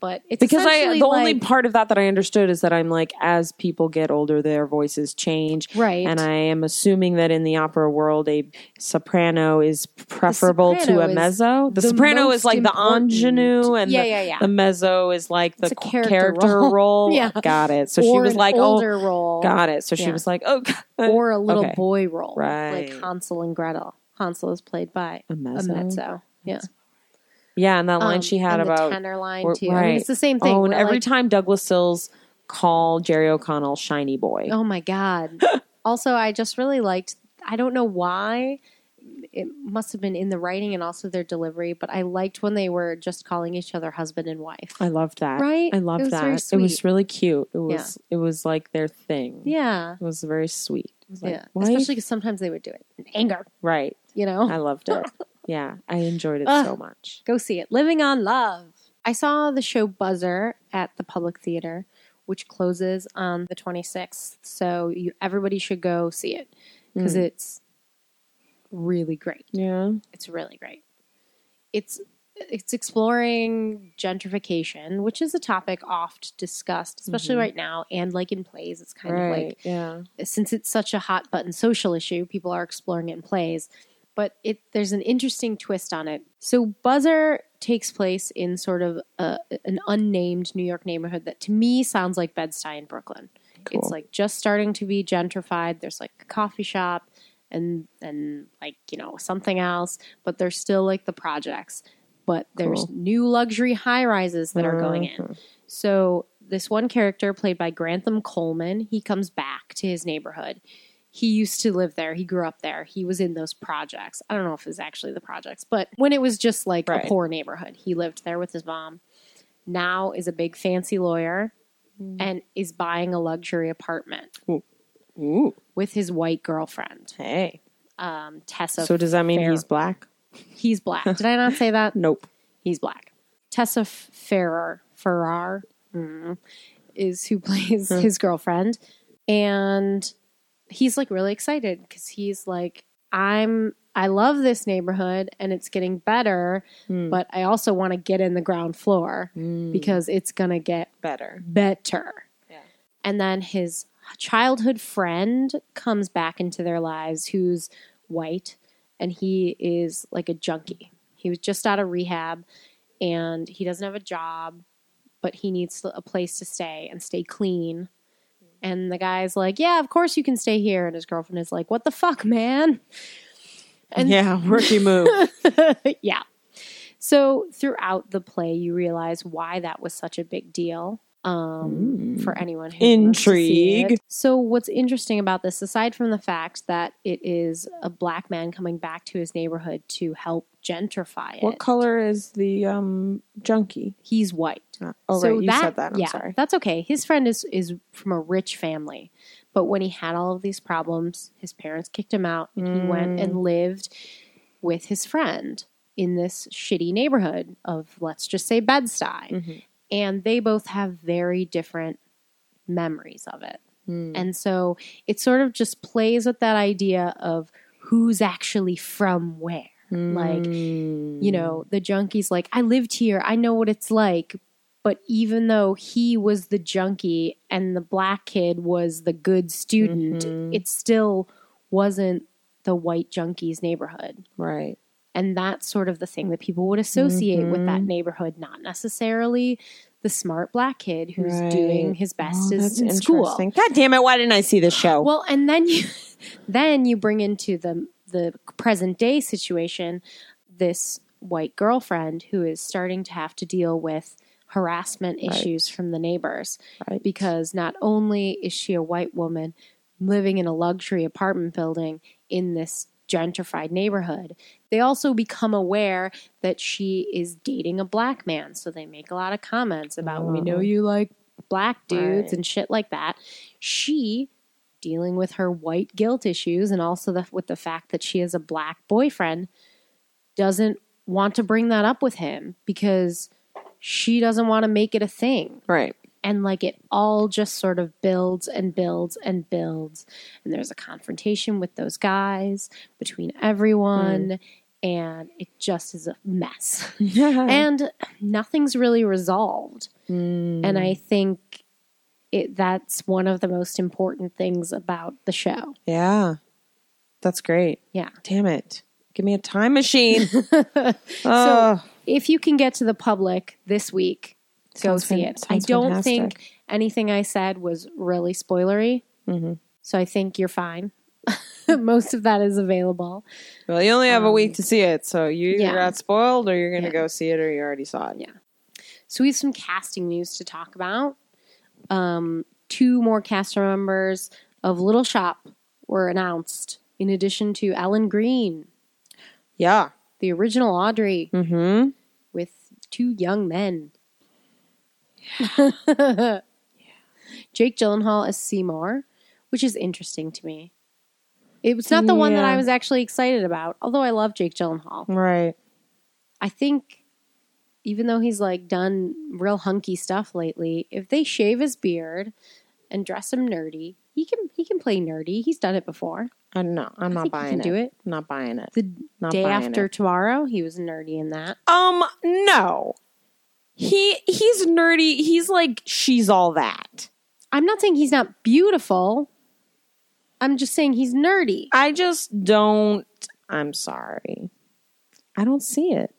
Speaker 2: But it's
Speaker 1: Because I
Speaker 2: essentially,
Speaker 1: the only
Speaker 2: like-
Speaker 1: part of that that I understood is that I'm like as people get older their voices change
Speaker 2: right
Speaker 1: and I am assuming that in the opera world, a soprano is preferable to
Speaker 2: soprano
Speaker 1: a
Speaker 2: is
Speaker 1: mezzo. The,
Speaker 2: the
Speaker 1: soprano is
Speaker 2: most
Speaker 1: like
Speaker 2: important.
Speaker 1: the ingenue, and
Speaker 2: yeah
Speaker 1: the,
Speaker 2: yeah yeah
Speaker 1: the mezzo is like the
Speaker 2: It's a
Speaker 1: qu- character,
Speaker 2: character role. [laughs]
Speaker 1: role.
Speaker 2: Yeah.
Speaker 1: got it. So she
Speaker 2: or
Speaker 1: was
Speaker 2: an
Speaker 1: like,
Speaker 2: older role
Speaker 1: "Oh, got it." So she
Speaker 2: Yeah.
Speaker 1: was like, "Oh, [laughs] God.
Speaker 2: or a little
Speaker 1: Okay.
Speaker 2: boy role
Speaker 1: Right.
Speaker 2: like Hansel and Gretel. Hansel is played by
Speaker 1: a
Speaker 2: a
Speaker 1: mezzo."
Speaker 2: mezzo. Yeah,
Speaker 1: Yeah, and that line
Speaker 2: Um,
Speaker 1: she had
Speaker 2: and the
Speaker 1: about
Speaker 2: tenor line
Speaker 1: we're-
Speaker 2: too. I mean,
Speaker 1: right.
Speaker 2: it's the same thing.
Speaker 1: oh, and
Speaker 2: We're
Speaker 1: every
Speaker 2: like,
Speaker 1: time Douglas Sills called Jerry O'Connell "shiny boy."
Speaker 2: Oh
Speaker 1: [laughs]
Speaker 2: my god. also, I just really liked. I don't know why. It must have been in the writing and also their delivery, but I liked when they were just calling each other husband and wife.
Speaker 1: I loved that.
Speaker 2: Right?
Speaker 1: I
Speaker 2: It
Speaker 1: loved
Speaker 2: was
Speaker 1: that.
Speaker 2: very
Speaker 1: It was
Speaker 2: sweet.
Speaker 1: really cute. It was. It was like their thing.
Speaker 2: Yeah,
Speaker 1: It was very sweet. It was like,
Speaker 2: yeah.
Speaker 1: "Wife?"
Speaker 2: Especially because sometimes they would do it in anger.
Speaker 1: Right.
Speaker 2: You know,
Speaker 1: I loved it. Yeah. I enjoyed it
Speaker 2: Ugh.
Speaker 1: so much.
Speaker 2: Go see it. Living on Love. I saw the show Buzzer at the Public Theater, which closes on the 26th. So you, everybody should go see it
Speaker 1: Hmm.
Speaker 2: because it's really great.
Speaker 1: Mm. Yeah.
Speaker 2: It's really great. It's it's exploring gentrification, which is a topic oft discussed, especially
Speaker 1: Mhm.
Speaker 2: right now, and like in plays, it's kind
Speaker 1: right.
Speaker 2: of like
Speaker 1: yeah.
Speaker 2: since it's such a hot button social issue, people are exploring it in plays. But it there's an interesting twist on it. So Buzzer takes place in sort of a, an unnamed New York neighborhood that to me sounds like Bed-Stuy in Brooklyn.
Speaker 1: Cool.
Speaker 2: It's like just starting to be gentrified. There's like a coffee shop and and like, you know, something else, but there's still like the projects. But there's
Speaker 1: Cool.
Speaker 2: new luxury high rises that are going in.
Speaker 1: Mhm.
Speaker 2: So this one character played by Grantham Coleman, he comes back to his neighborhood. He used to live there. He grew up there. He was in those projects. I don't know if it was actually the projects, but when it was just like
Speaker 1: Right.
Speaker 2: a poor neighborhood, he lived there with his mom. Now is a big fancy lawyer
Speaker 1: Mm.
Speaker 2: and is buying a luxury apartment
Speaker 1: Ooh.
Speaker 2: with his white girlfriend,
Speaker 1: Hey.
Speaker 2: um, Tessa.
Speaker 1: So, does that mean
Speaker 2: fair.
Speaker 1: he's black?
Speaker 2: he's black? Did I not say that?
Speaker 1: Nope.
Speaker 2: He's black. Tessa F- Ferrer, Ferrar, mm, is who [laughs] plays his girlfriend, and he's like really excited because he's like, "I'm, I love this neighborhood, and it's getting better, but I also want to get in the ground floor because it's gonna get
Speaker 1: Better.
Speaker 2: better."
Speaker 1: Yeah.
Speaker 2: And then his childhood friend comes back into their lives, who's white, and he is like a junkie. He was just out of rehab, and he doesn't have a job, but he needs a place to stay and stay clean. And the guy's like, "Yeah, of course you can stay here." And his girlfriend is like, "What the fuck, man?"
Speaker 1: [laughs]
Speaker 2: And-
Speaker 1: yeah. Rookie move.
Speaker 2: [laughs] yeah. So throughout the play, you realize why that was such a big deal um, for anyone who wants to
Speaker 1: Hmm.
Speaker 2: see
Speaker 1: Intrigue.
Speaker 2: it. So, what's interesting about this, aside from the fact that it is a black man coming back to his neighborhood to help gentrify it,
Speaker 1: What color is the um, junkie?
Speaker 2: he's white.
Speaker 1: Uh, Oh, right. You said that. I'm
Speaker 2: yeah,
Speaker 1: sorry.
Speaker 2: that's okay. His friend is is from a rich family, but when he had all of these problems, his parents kicked him out, and he went
Speaker 1: Mm.
Speaker 2: and lived with his friend in this shitty neighborhood of let's just say Bed Stuy,
Speaker 1: Mm.
Speaker 2: and they both have very different memories of it.
Speaker 1: Mm. Mm-hmm.
Speaker 2: And so it sort of just plays with that idea of who's actually from where. Like,
Speaker 1: Mm.
Speaker 2: you
Speaker 1: Mm-hmm.
Speaker 2: know, the junkie's like, I lived here, I know what it's like. But even though he was the junkie and the black kid was the good student,
Speaker 1: Mm-hmm.
Speaker 2: it still wasn't the white junkie's neighborhood.
Speaker 1: Right.
Speaker 2: And that's sort of the thing that people would associate with
Speaker 1: Mm-hmm.
Speaker 2: that neighborhood, not necessarily the smart black kid who's
Speaker 1: Right.
Speaker 2: doing his best
Speaker 1: Oh,
Speaker 2: is in school.
Speaker 1: interesting. God damn it! Why didn't I see this show?
Speaker 2: Well, and then you [laughs] then you bring into the the present day situation this white girlfriend who is starting to have to deal with harassment issues from the neighbors
Speaker 1: Right.
Speaker 2: because not only is she a white woman living in a luxury apartment building in this gentrified neighborhood they also become aware that she is dating a black man so they make a lot of comments about we know you like black dudes
Speaker 1: Oh. Right.
Speaker 2: and shit like that she dealing with her white guilt issues and also the, with the fact that she has a black boyfriend doesn't want to bring that up with him because she doesn't want to make it a thing [laughs]
Speaker 1: right.
Speaker 2: and like it all just sort of builds and builds and builds and there's a confrontation with those guys between everyone and it just is a mess
Speaker 1: Mm.
Speaker 2: and nothing's really resolved and i think it, that's one of the most important things about the show [laughs]
Speaker 1: yeah, that's great.
Speaker 2: yeah
Speaker 1: Damn it! Give me a time machine.
Speaker 2: [laughs] so
Speaker 1: oh,
Speaker 2: if you can get to the public this week go
Speaker 1: Sounds
Speaker 2: see
Speaker 1: fan-
Speaker 2: it i
Speaker 1: sounds
Speaker 2: don't
Speaker 1: fantastic.
Speaker 2: think anything i said was really spoilery
Speaker 1: Mm-hmm.
Speaker 2: so i think you're fine [laughs] most of that is available
Speaker 1: well, you only have a week to see it, so you either
Speaker 2: Um, yeah.
Speaker 1: got spoiled or you're going to
Speaker 2: Yeah.
Speaker 1: go see it, or you already saw it.
Speaker 2: Yeah. so we have some casting news to talk about um, two more cast members of little shop were announced in addition to alan green
Speaker 1: Yeah.
Speaker 2: the original audrey
Speaker 1: Mm-hmm.
Speaker 2: with two young men. [laughs] Jake Gyllenhaal as Seymour, which is interesting to me. It was not the one that
Speaker 1: Yeah.
Speaker 2: I was actually excited about, although I love Jake Gyllenhaal.
Speaker 1: Right.
Speaker 2: I think even though he's like done real hunky stuff lately, if they shave his beard and dress him nerdy, he can he can play nerdy. He's done it before.
Speaker 1: I don't know. I'm not
Speaker 2: think you
Speaker 1: buying
Speaker 2: can do it.
Speaker 1: Not buying it.
Speaker 2: The
Speaker 1: Not
Speaker 2: day
Speaker 1: buying
Speaker 2: after
Speaker 1: it.
Speaker 2: tomorrow, he was nerdy in that.
Speaker 1: Um, no. He he's nerdy. He's like she's all that.
Speaker 2: I'm not saying he's not beautiful. I'm just saying he's nerdy.
Speaker 1: I just don't. I'm sorry. I don't see it.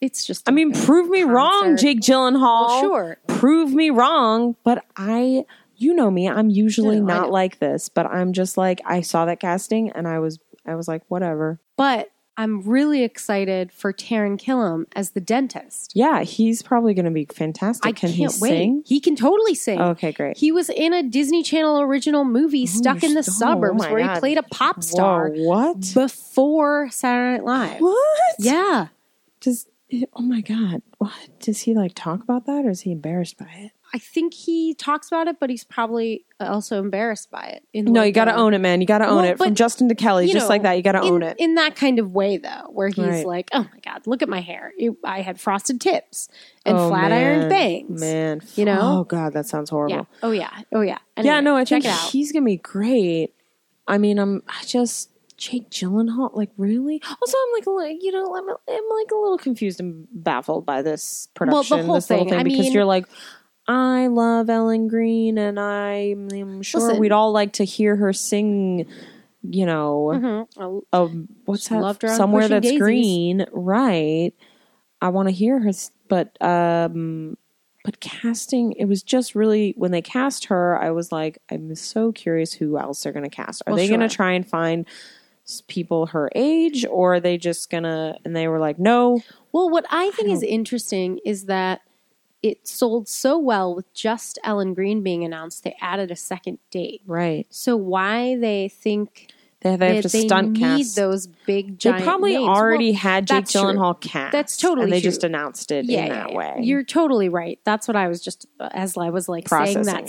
Speaker 2: It's just
Speaker 1: I mean, prove me wrong,
Speaker 2: Concert.
Speaker 1: Jake Gyllenhaal.
Speaker 2: Well, sure.
Speaker 1: prove me wrong. But I, you know me, I'm usually
Speaker 2: No, I
Speaker 1: not
Speaker 2: know.
Speaker 1: like this. But I'm just like I saw that casting and I was I was like whatever.
Speaker 2: but I'm really excited for Taron Killam as the dentist.
Speaker 1: Yeah, he's probably going to be fantastic.
Speaker 2: I
Speaker 1: Can
Speaker 2: can't
Speaker 1: he
Speaker 2: wait.
Speaker 1: sing?
Speaker 2: He can totally sing.
Speaker 1: Okay, great.
Speaker 2: He was in a Disney Channel original movie, Stuck in the
Speaker 1: st- oh
Speaker 2: Suburbs,
Speaker 1: my
Speaker 2: where
Speaker 1: God.
Speaker 2: he played a pop star
Speaker 1: Whoa, what?
Speaker 2: before Saturday Night Live.
Speaker 1: What?
Speaker 2: Yeah.
Speaker 1: Does oh my god, what does he like talk about that, or is he embarrassed by it?
Speaker 2: I think he talks about it, but he's probably also embarrassed by it. in
Speaker 1: No,
Speaker 2: like
Speaker 1: you got to
Speaker 2: a-
Speaker 1: own it, man. You got to own
Speaker 2: Well,
Speaker 1: it. From
Speaker 2: but,
Speaker 1: Justin to Kelly,
Speaker 2: you
Speaker 1: just
Speaker 2: know,
Speaker 1: like that. uh, You got to
Speaker 2: in,
Speaker 1: own it.
Speaker 2: in that kind of way though where he's
Speaker 1: Right.
Speaker 2: like oh my god look at my hair it, i had frosted tips and
Speaker 1: Oh,
Speaker 2: flat
Speaker 1: man.
Speaker 2: iron bangs
Speaker 1: man.
Speaker 2: you know?
Speaker 1: Oh god, that sounds horrible.
Speaker 2: yeah oh yeah oh yeah
Speaker 1: yeah,
Speaker 2: Anyway,
Speaker 1: no, I
Speaker 2: check
Speaker 1: think
Speaker 2: it out
Speaker 1: he's gonna be great. I mean, I'm I just Jake Gyllenhaal, like really. Also, I'm like, a li- you know, I'm, I'm like a little confused and baffled by this
Speaker 2: the
Speaker 1: production,
Speaker 2: whole
Speaker 1: this little
Speaker 2: thing.
Speaker 1: thing,
Speaker 2: I
Speaker 1: because
Speaker 2: mean-
Speaker 1: you're like, I love Ellen Green, and I, am sure
Speaker 2: Listen.
Speaker 1: we'd all like to hear her sing. You know,
Speaker 2: Mhm. Oh,
Speaker 1: um, what's that?
Speaker 2: loved her on
Speaker 1: Somewhere
Speaker 2: Pushing
Speaker 1: that's
Speaker 2: Daisies.
Speaker 1: green, right? I want to hear her, s- but um, but casting it was just really when they cast her, I was like, I'm so curious who else they're going to cast. Are
Speaker 2: Well,
Speaker 1: they going to
Speaker 2: sure.
Speaker 1: try and find s- people her age, or are they just gonna? And they were like, no,
Speaker 2: well what i think is interesting is that it sold so well with just Ellen Green being announced, they added a second date.
Speaker 1: Right.
Speaker 2: So why they think
Speaker 1: They, they have to
Speaker 2: that they
Speaker 1: stunt
Speaker 2: need
Speaker 1: cast.
Speaker 2: those big
Speaker 1: they
Speaker 2: giant
Speaker 1: probably
Speaker 2: names?
Speaker 1: already
Speaker 2: Well,
Speaker 1: had Jake
Speaker 2: that's true.
Speaker 1: Gyllenhaal cast.
Speaker 2: That's totally
Speaker 1: And they
Speaker 2: true.
Speaker 1: just announced it in that way.
Speaker 2: You're totally right. That's what I was just as I was like saying
Speaker 1: Processing
Speaker 2: that
Speaker 1: it.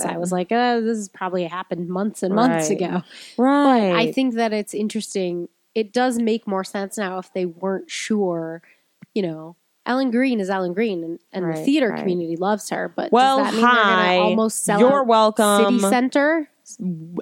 Speaker 1: Got it.
Speaker 2: I was like, oh, this has probably happened months and months
Speaker 1: Right.
Speaker 2: ago.
Speaker 1: right.
Speaker 2: I think that it's interesting. It does make more sense now if they weren't sure, you know. Ellen Green is Ellen Green, and, and the
Speaker 1: Right,
Speaker 2: theater
Speaker 1: right.
Speaker 2: community loves her. But
Speaker 1: well,
Speaker 2: does that mean they're gonna
Speaker 1: hi.
Speaker 2: almost sell
Speaker 1: You're
Speaker 2: out
Speaker 1: welcome.
Speaker 2: City Center.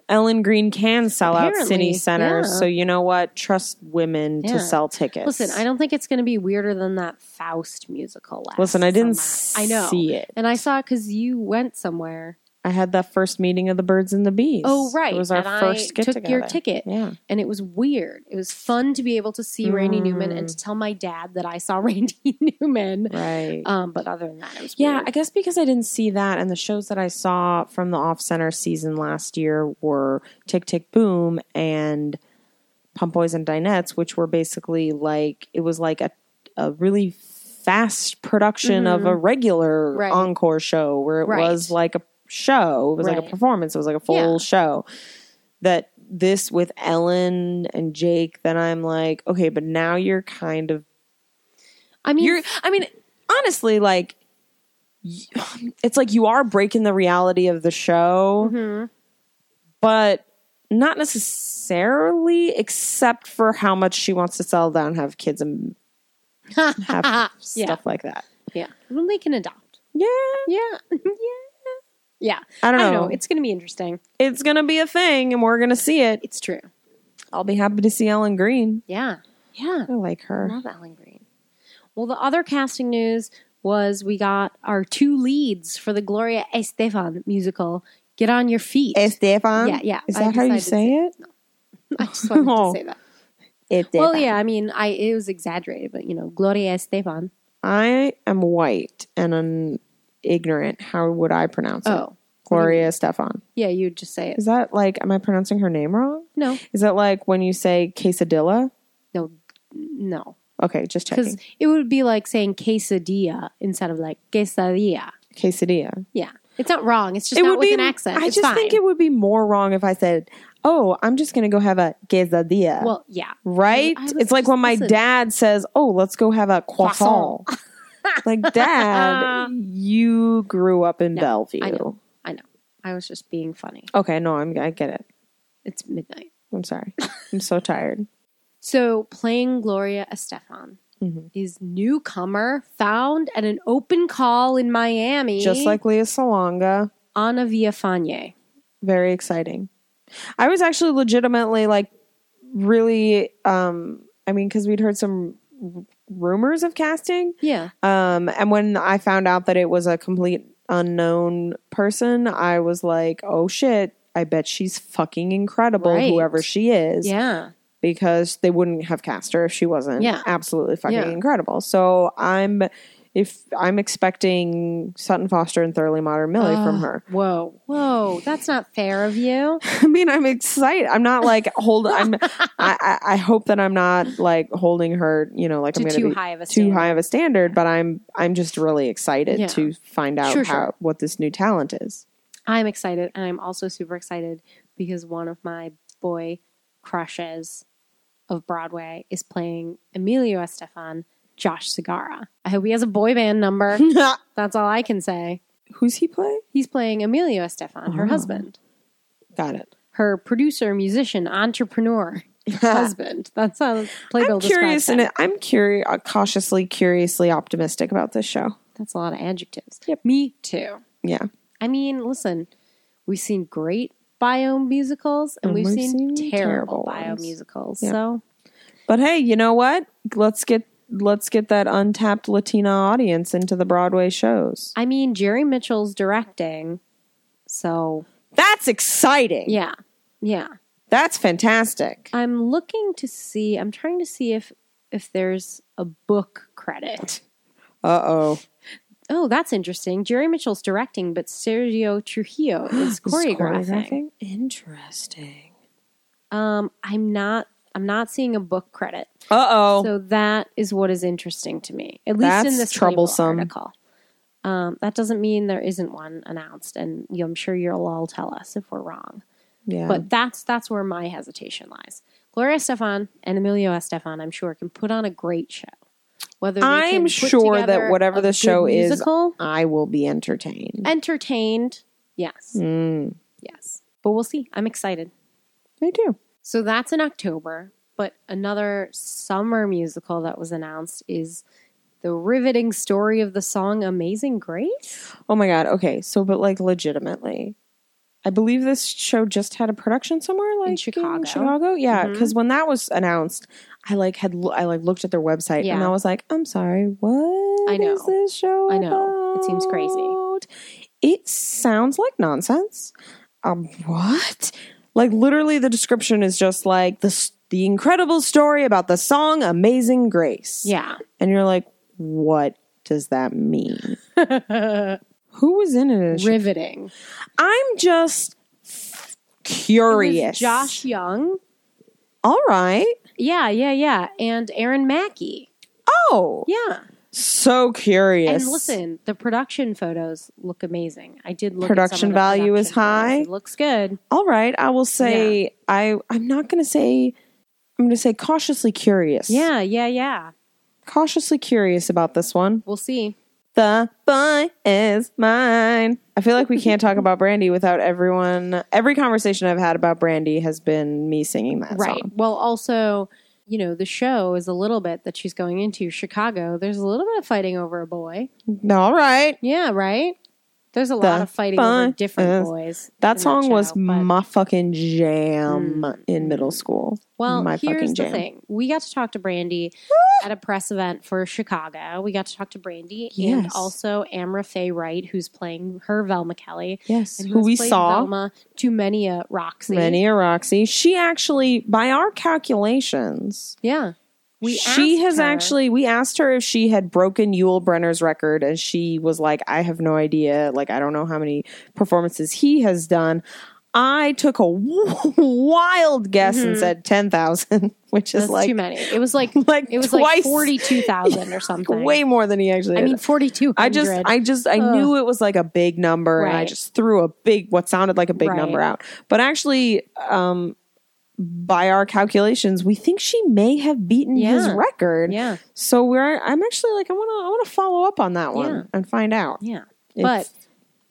Speaker 1: Ellen Green can sell out
Speaker 2: Apparently,
Speaker 1: city centers,
Speaker 2: yeah.
Speaker 1: so you know what? Trust women
Speaker 2: Yeah.
Speaker 1: to sell tickets.
Speaker 2: Listen, I don't think it's going to be weirder than that Faust musical. Last
Speaker 1: Listen, I didn't
Speaker 2: summer. I know,
Speaker 1: see it.
Speaker 2: and I saw it because you went somewhere.
Speaker 1: I had that first meeting of the birds and the bees.
Speaker 2: Oh, right.
Speaker 1: It was our
Speaker 2: And I
Speaker 1: first get
Speaker 2: took
Speaker 1: together.
Speaker 2: your ticket.
Speaker 1: Yeah.
Speaker 2: and it was weird. It was fun to be able to see Randy Newman and
Speaker 1: Mm.
Speaker 2: to tell my dad that I saw [laughs] Randy Newman.
Speaker 1: Right.
Speaker 2: Um, but other than that, it was
Speaker 1: yeah,
Speaker 2: weird.
Speaker 1: I guess because I didn't see that and the shows that I saw from the off center season last year were Tick Tick Boom and Pump Boys and Dinettes, which were basically like it was like a a really fast production of a regular
Speaker 2: Mm-hmm. Right.
Speaker 1: encore show where it
Speaker 2: Right.
Speaker 1: was like a show. It was like
Speaker 2: Right.
Speaker 1: a performance. It was like a full
Speaker 2: Yeah.
Speaker 1: show. That this with Ellen and Jake, then I'm like, okay, but now you're kind of
Speaker 2: I mean,
Speaker 1: you're i mean honestly like y- it's like you are breaking the reality of the show
Speaker 2: mhm.
Speaker 1: but not necessarily except for how much she wants to settle down have kids and have
Speaker 2: [laughs] Yeah.
Speaker 1: stuff like that
Speaker 2: yeah, well, they can adopt.
Speaker 1: yeah
Speaker 2: Yeah, yeah, [laughs] yeah.
Speaker 1: i don't know, It's,
Speaker 2: It's going to be interesting.
Speaker 1: it's gonna be a thing and we're gonna see it
Speaker 2: It's true.
Speaker 1: i'll be happy to see ellen green
Speaker 2: Yeah, yeah.
Speaker 1: i like
Speaker 2: I
Speaker 1: her
Speaker 2: love Alan Green. Well, the other casting news was we got our two leads for the Gloria Estefan musical. Get on your feet.
Speaker 1: estefan
Speaker 2: Yeah, yeah.
Speaker 1: is
Speaker 2: I
Speaker 1: that how you
Speaker 2: decided to
Speaker 1: say it
Speaker 2: I just wanted
Speaker 1: Oh.
Speaker 2: to say that.
Speaker 1: estefan
Speaker 2: Well, yeah, I mean, I it was exaggerated, but you know, Gloria Estefan.
Speaker 1: i am white and um, ignorant how would i pronounce it
Speaker 2: Oh,
Speaker 1: gloria stefan
Speaker 2: yeah, you would just say it.
Speaker 1: Is that like, am I pronouncing her name wrong?
Speaker 2: [laughs] No,
Speaker 1: Is that like when you say quesadilla?
Speaker 2: no, no,
Speaker 1: Okay, just
Speaker 2: because
Speaker 1: checking.
Speaker 2: it would be like saying quesadilla instead of like quesadilla.
Speaker 1: Quesadilla.
Speaker 2: Yeah, it's not wrong. It's just not with an accent.
Speaker 1: I
Speaker 2: It's
Speaker 1: just
Speaker 2: fine.
Speaker 1: think it would be more wrong if I said, oh, I'm just going to go have a quesadilla.
Speaker 2: Well, yeah,
Speaker 1: right?
Speaker 2: I was
Speaker 1: It's like
Speaker 2: just-
Speaker 1: when my
Speaker 2: listen.
Speaker 1: dad says, oh, let's go have a croissant.
Speaker 2: [laughs]
Speaker 1: like, dad, you grew up in
Speaker 2: Uh, No, I
Speaker 1: Bellevue.
Speaker 2: know. I know. I was just being funny.
Speaker 1: Okay, no, I'm, I get it.
Speaker 2: It's midnight.
Speaker 1: I'm sorry. I'm so tired.
Speaker 2: So playing Gloria Estefan
Speaker 1: Mhm.
Speaker 2: is newcomer found at an open call in Miami.
Speaker 1: Just like Leah Salonga.
Speaker 2: Anna Viafanye.
Speaker 1: very exciting. I was actually legitimately like really um I mean cuz we'd heard some r- rumors of casting
Speaker 2: Yeah.
Speaker 1: um and when I found out that it was a complete unknown person, I was like, "Oh shit, I bet she's fucking incredible
Speaker 2: Right.
Speaker 1: whoever she is."
Speaker 2: Yeah.
Speaker 1: Because they wouldn't have cast her if she wasn't
Speaker 2: Yeah.
Speaker 1: absolutely fucking
Speaker 2: Yeah.
Speaker 1: incredible. So I'm if I'm expecting Sutton Foster and Thoroughly Modern Millie from
Speaker 2: Ugh,
Speaker 1: her.
Speaker 2: Ah, Whoa, whoa, that's not fair of you.
Speaker 1: I mean, [laughs] I'm excited. I'm not like hold.
Speaker 2: [laughs]
Speaker 1: I'm. I, I, I hope that I'm not like holding her. You know, like
Speaker 2: To
Speaker 1: I'm going
Speaker 2: too
Speaker 1: be
Speaker 2: high of a
Speaker 1: too
Speaker 2: standard.
Speaker 1: high of a standard. But I'm. I'm just really excited
Speaker 2: Yeah.
Speaker 1: to find out
Speaker 2: Sure,
Speaker 1: how
Speaker 2: sure.
Speaker 1: what this new talent is.
Speaker 2: I'm excited, and I'm also super excited because one of my boy crushes of Broadway is playing Emilio Estefan, Josh Segarra. I hope he has a boy band
Speaker 1: [laughs]
Speaker 2: number. That's all I can say.
Speaker 1: Who's he play?
Speaker 2: He's playing Emilio Estefan, her
Speaker 1: Oh.
Speaker 2: husband,
Speaker 1: Got it.
Speaker 2: her producer, musician,
Speaker 1: [laughs]
Speaker 2: entrepreneur, husband. That's how Plato
Speaker 1: I'm
Speaker 2: describes
Speaker 1: curious and
Speaker 2: him.
Speaker 1: I'm curious, cautiously, curiously optimistic about this show.
Speaker 2: That's a lot of adjectives.
Speaker 1: Yep.
Speaker 2: Me too.
Speaker 1: Yeah,
Speaker 2: I mean, listen, we've seen great bio musicals and, we've, seen, terrible,
Speaker 1: terrible
Speaker 2: bio
Speaker 1: ones.
Speaker 2: musicals.
Speaker 1: Yeah.
Speaker 2: So
Speaker 1: but hey, you know what? Let's get let's get that untapped Latina audience into the Broadway shows.
Speaker 2: I mean, Jerry Mitchell's directing. So
Speaker 1: That's exciting.
Speaker 2: yeah, yeah.
Speaker 1: That's fantastic.
Speaker 2: I'm looking to see. I'm trying to see if if there's a book credit.
Speaker 1: Uh oh.
Speaker 2: Oh, that's interesting. Jerry Mitchell's directing, but Sergio [gasps] Trujillo is choreographing.
Speaker 1: Interesting.
Speaker 2: Um, I'm not. I'm not seeing a book credit.
Speaker 1: Uh oh.
Speaker 2: So that is what is interesting to me, at least
Speaker 1: That's
Speaker 2: in this Playboy
Speaker 1: troublesome.
Speaker 2: article. Um, that doesn't mean there isn't one announced, and you, I'm sure you'll all tell us if we're wrong.
Speaker 1: Yeah.
Speaker 2: But that's that's where my hesitation lies. Gloria Stefan and Emilio Estefan, I'm sure, can put on a great show. Whether they can
Speaker 1: I'm
Speaker 2: put
Speaker 1: sure
Speaker 2: together
Speaker 1: that whatever
Speaker 2: a
Speaker 1: the
Speaker 2: good
Speaker 1: show
Speaker 2: musical,
Speaker 1: is, I will be entertained.
Speaker 2: entertained, yes,
Speaker 1: Mm,
Speaker 2: yes. But we'll see. I'm excited.
Speaker 1: me too.
Speaker 2: So that's in October. But another summer musical that was announced is the riveting story of the song "Amazing Grace."
Speaker 1: Oh my god. Okay. So, but like legitimately, I believe this show just had a production somewhere, like
Speaker 2: Chicago.
Speaker 1: Chicago. Yeah.
Speaker 2: Mhm.
Speaker 1: Because when that was announced, I like had lo- I like looked at their website and
Speaker 2: Yeah.
Speaker 1: I was like, I'm sorry, what?
Speaker 2: I know.
Speaker 1: is this show.
Speaker 2: I know. It seems crazy.
Speaker 1: about? It sounds like nonsense. Um, what? Like literally, the description is just like the s- the incredible story about the song "Amazing Grace."
Speaker 2: [laughs] Yeah,
Speaker 1: and you're like, what does that mean? Who was in it? as-
Speaker 2: riveting.
Speaker 1: I'm just f-
Speaker 2: It was
Speaker 1: curious.
Speaker 2: Josh Young.
Speaker 1: All right.
Speaker 2: Yeah, yeah, yeah. And Aaron Mackey.
Speaker 1: Oh,
Speaker 2: Yeah.
Speaker 1: so curious.
Speaker 2: And listen, the production photos look amazing. I did look at
Speaker 1: Production
Speaker 2: some of the
Speaker 1: value is
Speaker 2: production photos.
Speaker 1: high.
Speaker 2: It looks good.
Speaker 1: All right. I will say I. I'm not going to say. I'm going to say cautiously curious.
Speaker 2: Yeah, yeah, yeah.
Speaker 1: Cautiously curious about this one.
Speaker 2: We'll see.
Speaker 1: The boy is mine. I feel like we can't
Speaker 2: [laughs]
Speaker 1: talk about Brandy without everyone. Every conversation I've had about Brandy has been me singing that
Speaker 2: right.
Speaker 1: song.
Speaker 2: Well, also, you know, the show is a little bit that she's going into Chicago. There's a little bit of fighting over a boy.
Speaker 1: All right.
Speaker 2: Yeah, right? There's a lot
Speaker 1: The
Speaker 2: of fighting over
Speaker 1: fun
Speaker 2: different
Speaker 1: is-
Speaker 2: boys. in
Speaker 1: That song was
Speaker 2: show, but- Mm.
Speaker 1: my fucking jam in middle school.
Speaker 2: Well,
Speaker 1: my
Speaker 2: here's
Speaker 1: fucking
Speaker 2: the
Speaker 1: jam.
Speaker 2: thing. We got to talk to Brandy at a press event for Chicago. We got to talk to Brandy and
Speaker 1: Yes.
Speaker 2: also Amra Faye Wright, who's playing her Velma Kelly.
Speaker 1: Yes,
Speaker 2: and
Speaker 1: who
Speaker 2: has
Speaker 1: we
Speaker 2: played
Speaker 1: saw
Speaker 2: Velma to many a Roxy.
Speaker 1: many a Roxy. She actually, by our calculations,
Speaker 2: Yeah. We
Speaker 1: she
Speaker 2: asked
Speaker 1: has
Speaker 2: her-
Speaker 1: actually. We asked her if she had broken Yul Brenner's record, and she was like, "I have no idea. Like, I don't know how many performances he has done." I took a [laughs] wild guess and said ten thousand, [laughs] which is
Speaker 2: Mm-hmm. That's
Speaker 1: like
Speaker 2: too many. It was like
Speaker 1: like
Speaker 2: it was like
Speaker 1: twice,
Speaker 2: forty
Speaker 1: [laughs]
Speaker 2: two thousand or something.
Speaker 1: way more than he actually.
Speaker 2: I
Speaker 1: did.
Speaker 2: mean forty two
Speaker 1: I just, I just, I
Speaker 2: Ugh.
Speaker 1: knew it was like a big number, and I
Speaker 2: Right.
Speaker 1: just threw a big, what sounded like a big
Speaker 2: Right.
Speaker 1: number out. But actually, um, by our calculations, we think she may have beaten his
Speaker 2: Yeah.
Speaker 1: record.
Speaker 2: Yeah.
Speaker 1: So we're, I'm actually like, I want to, I want to follow up on that one
Speaker 2: Yeah.
Speaker 1: and find out.
Speaker 2: Yeah.
Speaker 1: It's-
Speaker 2: But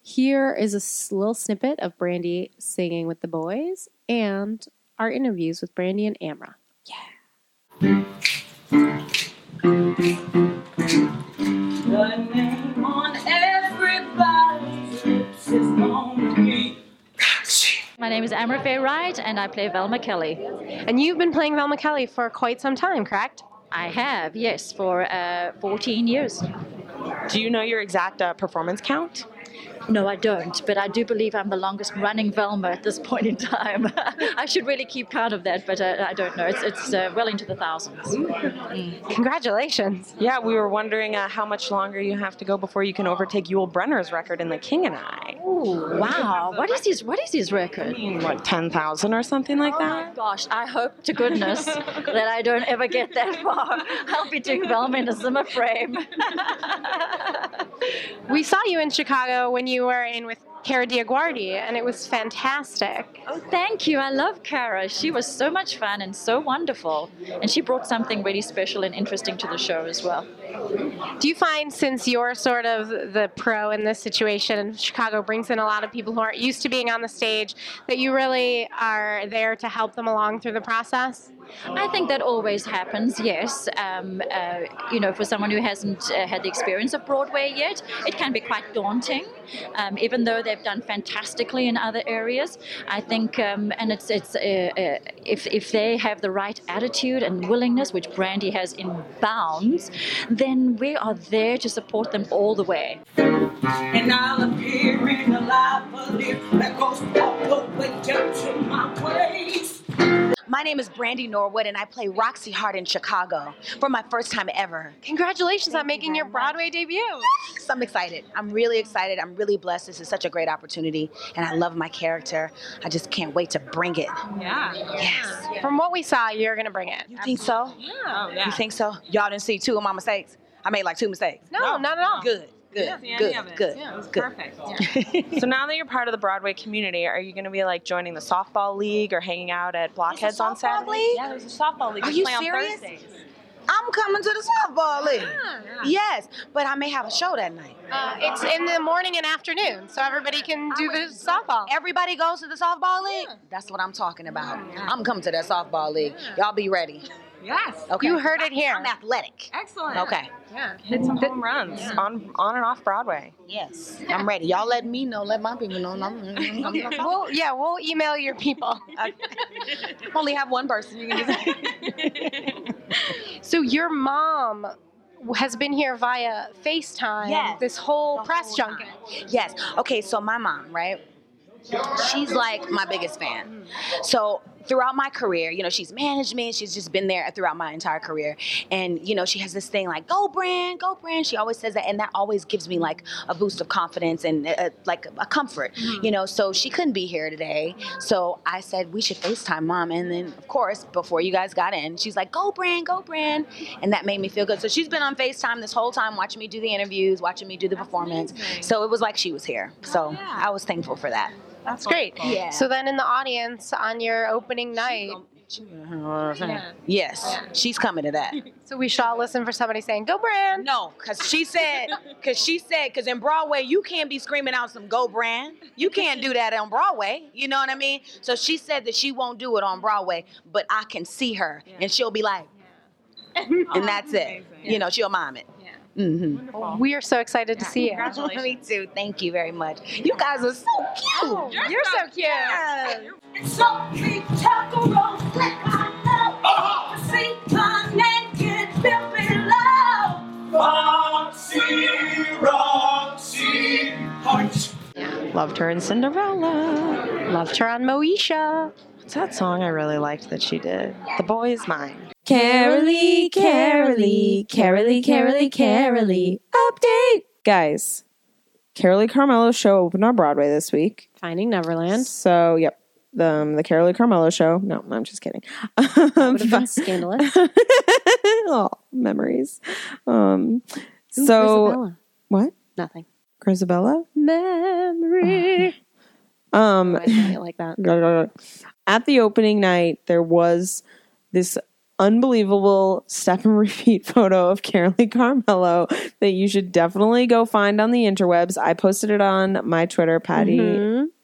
Speaker 2: here is a s- little snippet of Brandy singing with the boys and our interviews with Brandy and Amra.
Speaker 4: The name on everybody's lips is lonely.
Speaker 5: My name is Amra Faye Wright, and I play Velma Kelly.
Speaker 2: And you've been playing Velma Kelly for quite some time, correct?
Speaker 5: I have, yes, for uh, 14 years.
Speaker 1: do you know your exact uh, performance count?
Speaker 5: No, I don't, but I do believe I'm the longest running Velma at this point in time. [laughs] I should really keep count of that, but uh, I don't know. It's, it's uh, well into the thousands.
Speaker 2: Congratulations.
Speaker 1: Yeah, we were wondering uh, how much longer you have to go before you can overtake Yul Brenner's record in The King and I.
Speaker 5: Oh, wow. What is his, what is his record?
Speaker 1: mean, what ten thousand or something like
Speaker 5: Oh my gosh, I hope to
Speaker 6: [laughs]
Speaker 5: goodness that I don't ever get that far. I'll be doing Velma in a Zimmer frame.
Speaker 6: [laughs] We saw you in Chicago when you were in with Cara Diaguardi, and it was fantastic.
Speaker 5: Oh, thank you. I love Kara. She was so much fun and so wonderful. And she brought something really special and interesting to the show as well.
Speaker 6: Do you find since you're sort of the pro in this situation, and Chicago brings in a lot of people who aren't used to being on the stage, that you really are there to help them along through the process?
Speaker 5: I think that always happens, yes. Um, uh, you know, for someone who hasn't uh, had the experience of Broadway yet, it can be quite daunting, um, even though they've done fantastically in other areas. I think, um, and it's, it's uh, uh, if, if they have the right attitude and willingness, which Brandy has in bounds, then we are there to support them all the way.
Speaker 4: And I'll appear in a lively that goes all the way down to my waist.
Speaker 7: My name is Brandy Norwood, and I play Roxy Hart in Chicago for my first time ever.
Speaker 6: Congratulations on making your Broadway debut.
Speaker 7: So I'm excited. I'm really excited. I'm really blessed. This is such a great opportunity, and I love my character. I just can't wait to bring it.
Speaker 6: From what we saw, you're going to bring it.
Speaker 7: You think
Speaker 8: Oh,
Speaker 7: so? Yeah. You think so? Y'all didn't see two of my mistakes. I made like two mistakes.
Speaker 6: No, not at all.
Speaker 7: Good.
Speaker 8: didn't
Speaker 7: good,
Speaker 8: see
Speaker 7: good,
Speaker 8: any of it.
Speaker 7: good,
Speaker 8: yeah, it was
Speaker 7: good. [laughs]
Speaker 8: perfect.
Speaker 7: Oh,
Speaker 8: so now that you're part of the Broadway community, are you going to be like joining the softball league or hanging out at Blockheads on
Speaker 7: softball
Speaker 8: Saturday?
Speaker 7: league?
Speaker 8: Yeah, there's a softball league.
Speaker 7: Are
Speaker 8: They
Speaker 7: you
Speaker 8: play on
Speaker 7: serious?
Speaker 8: Thursdays.
Speaker 7: I'm coming to the softball league.
Speaker 8: Ah, yeah.
Speaker 7: Yes, but I may have a show that night.
Speaker 6: Uh, it's in the morning and afternoon, so everybody can do the softball.
Speaker 7: Everybody goes to the softball league. That's what I'm talking about. I'm coming to that softball league. Y'all be ready.
Speaker 8: Yes.
Speaker 7: Okay.
Speaker 6: You heard it here.
Speaker 7: I'm athletic.
Speaker 8: Excellent.
Speaker 7: Okay.
Speaker 8: Hit some home runs on on and off Broadway.
Speaker 7: Yes, I'm ready. Y'all let me know. Let my people know. and I'm, I'm, I'm gonna
Speaker 6: [laughs] We'll, yeah, we'll email your people.
Speaker 7: [laughs] only have one person. You can just
Speaker 6: [laughs]
Speaker 7: [laughs]
Speaker 6: So your mom has been here via FaceTime
Speaker 7: Yes.
Speaker 6: this whole
Speaker 7: The
Speaker 6: press
Speaker 7: whole
Speaker 6: junket.
Speaker 7: Yes. Okay, so my mom, right? She's like my biggest fan. So throughout my career, you know, she's managed me. She's just been there throughout my entire career. And, you know, she has this thing like, go brand, go brand. She always says that. And that always gives me like a boost of confidence and uh, like a comfort, you know. So she couldn't be here today. So I said, we should FaceTime mom. And then, of course, before you guys got in, she's like, go brand, go brand. And that made me feel good. So she's been on FaceTime this whole time, watching me do the interviews, watching me do the performance. So it was like she was here. So I was thankful for that.
Speaker 8: That's
Speaker 6: Great.
Speaker 8: wonderful.
Speaker 7: Yeah.
Speaker 6: So then in the audience on your opening night,
Speaker 7: Yes, she's coming
Speaker 6: [laughs]
Speaker 7: to that.
Speaker 6: so we should all listen for somebody saying, Go Brand.
Speaker 7: No, because she said, because she said, because in Broadway, you can't be screaming out some go brand. You can't do that on Broadway. You know what I mean? So she said that she won't do it on Broadway, but I can see her and she'll be like, [laughs] and that's it. You know, she'll mom it. Mm-hmm.
Speaker 6: We are so excited to see you.
Speaker 7: [laughs] Me too. Thank you very much. You guys are so cute.
Speaker 6: You're, so cute.
Speaker 4: So we talk around, let I know. Oh. Sing my naked, filthy love. Roxy, Roxy, heart.
Speaker 1: Loved her in Cinderella.
Speaker 6: Loved her on Moesha.
Speaker 1: What's that song I really liked that she did? The Boy Is Mine.
Speaker 3: Carolee, Carolee, Carolee, Carolee, Carolee.
Speaker 1: Update! Guys, Carolee Carmelo show opened on Broadway this week.
Speaker 2: Finding Neverland.
Speaker 1: So, yep. The, um, the Carolee Carmelo show. No, I'm just kidding. Um,
Speaker 2: Would have been scandalous.
Speaker 1: [laughs] oh, memories. Um, so,
Speaker 2: Isabella.
Speaker 1: what?
Speaker 2: nothing.
Speaker 1: Grisabella?
Speaker 2: Memory.
Speaker 1: [laughs] Um,
Speaker 2: Oh, I say it like that.
Speaker 1: At the opening night, there was this unbelievable step and [laughs] repeat photo of Carolee Carmelo that you should definitely go find on the interwebs. I posted it on my Twitter, Patty.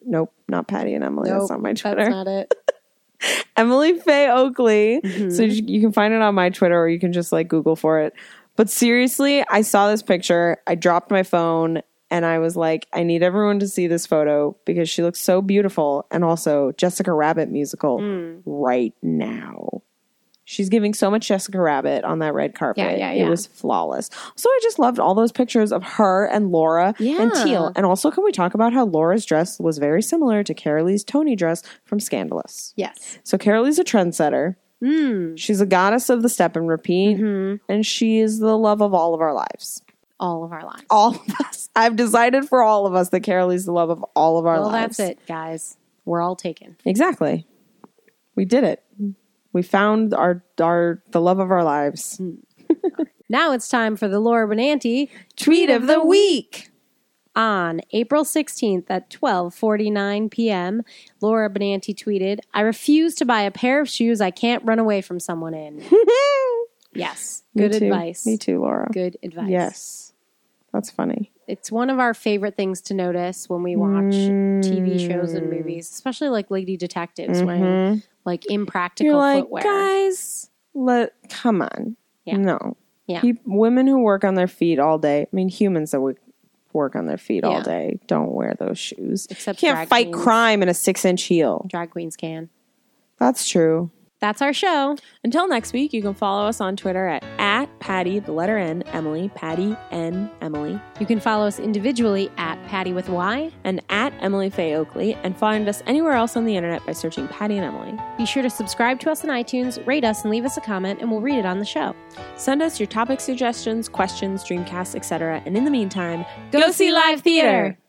Speaker 1: Nope, not Patty and Emily. That's not my Twitter.
Speaker 2: Mm-hmm. That's not
Speaker 1: [laughs]
Speaker 2: it.
Speaker 1: Emily Faye Oakley.
Speaker 2: Mm-hmm.
Speaker 1: So you you can find it on my Twitter or you can just like Google for it. But seriously, I saw this picture. I dropped my phone and I was like, I need everyone to see this photo because she looks so beautiful. And also, Jessica Rabbit musical
Speaker 2: Mm.
Speaker 1: right now. She's giving so much Jessica Rabbit on that red carpet.
Speaker 2: Yeah, yeah,
Speaker 1: It
Speaker 2: yeah.
Speaker 1: was flawless. So I just loved all those pictures of her and Laura and
Speaker 2: Yeah.
Speaker 1: Teal. And also, can we talk about how Laura's dress was very similar to Carolee's Tony dress from Scandalous?
Speaker 2: Yes.
Speaker 1: So Carolee's a trendsetter.
Speaker 2: Mm-hmm.
Speaker 1: She's a goddess of the step and repeat, and she is the love of all of our lives.
Speaker 2: All of our lives.
Speaker 1: Mm-hmm. All of us. [laughs] I've decided for all of us that Carolee's the love of all of our
Speaker 2: well,
Speaker 1: lives.
Speaker 2: that's it, guys. We're all taken.
Speaker 1: Exactly. We did it. We found our our the love of our
Speaker 2: Mm-hmm.
Speaker 1: lives.
Speaker 2: Now it's time for the Laura Benanti
Speaker 1: Tweet of the week.
Speaker 2: on April 16th at 12:49 p.m. Laura Benanti tweeted, "I refuse to buy a pair of shoes I can't run away from
Speaker 1: [laughs]
Speaker 2: someone in." yes.
Speaker 1: Me
Speaker 2: Good
Speaker 1: too.
Speaker 2: advice.
Speaker 1: Me too, Laura.
Speaker 2: Good advice.
Speaker 1: Yes. That's funny.
Speaker 2: It's one of our favorite things to notice when we watch TV shows
Speaker 1: Mm.
Speaker 2: and movies, especially like Lady Detectives wearing like impractical
Speaker 1: Mm-hmm. You're like,
Speaker 2: footwear.
Speaker 1: guys, let come on.
Speaker 2: Yeah.
Speaker 1: No.
Speaker 2: Yeah.
Speaker 1: Peop- women who work on their feet all day. I mean, humans that would work on their feet all
Speaker 2: Yeah.
Speaker 1: day don't wear those shoes.
Speaker 2: Except
Speaker 1: you can't
Speaker 2: drag
Speaker 1: fight
Speaker 2: queens.
Speaker 1: crime in a six-inch heel.
Speaker 2: Drag queens can.
Speaker 1: That's true.
Speaker 2: That's our show.
Speaker 1: Until next week, you can follow us on Twitter at, at Patty, the letter N, Emily, Patty N, Emily,
Speaker 2: You can follow us individually at Patty with Y.
Speaker 1: and at Emily Faye Oakley, and find us anywhere else on the internet by searching Patty and Emily.
Speaker 2: Be sure to subscribe to us on iTunes, rate us, and leave us a comment, and we'll read it on the show.
Speaker 1: Send us your topic suggestions, questions, dreamcasts, etc. And in the meantime,
Speaker 2: Go see live theater.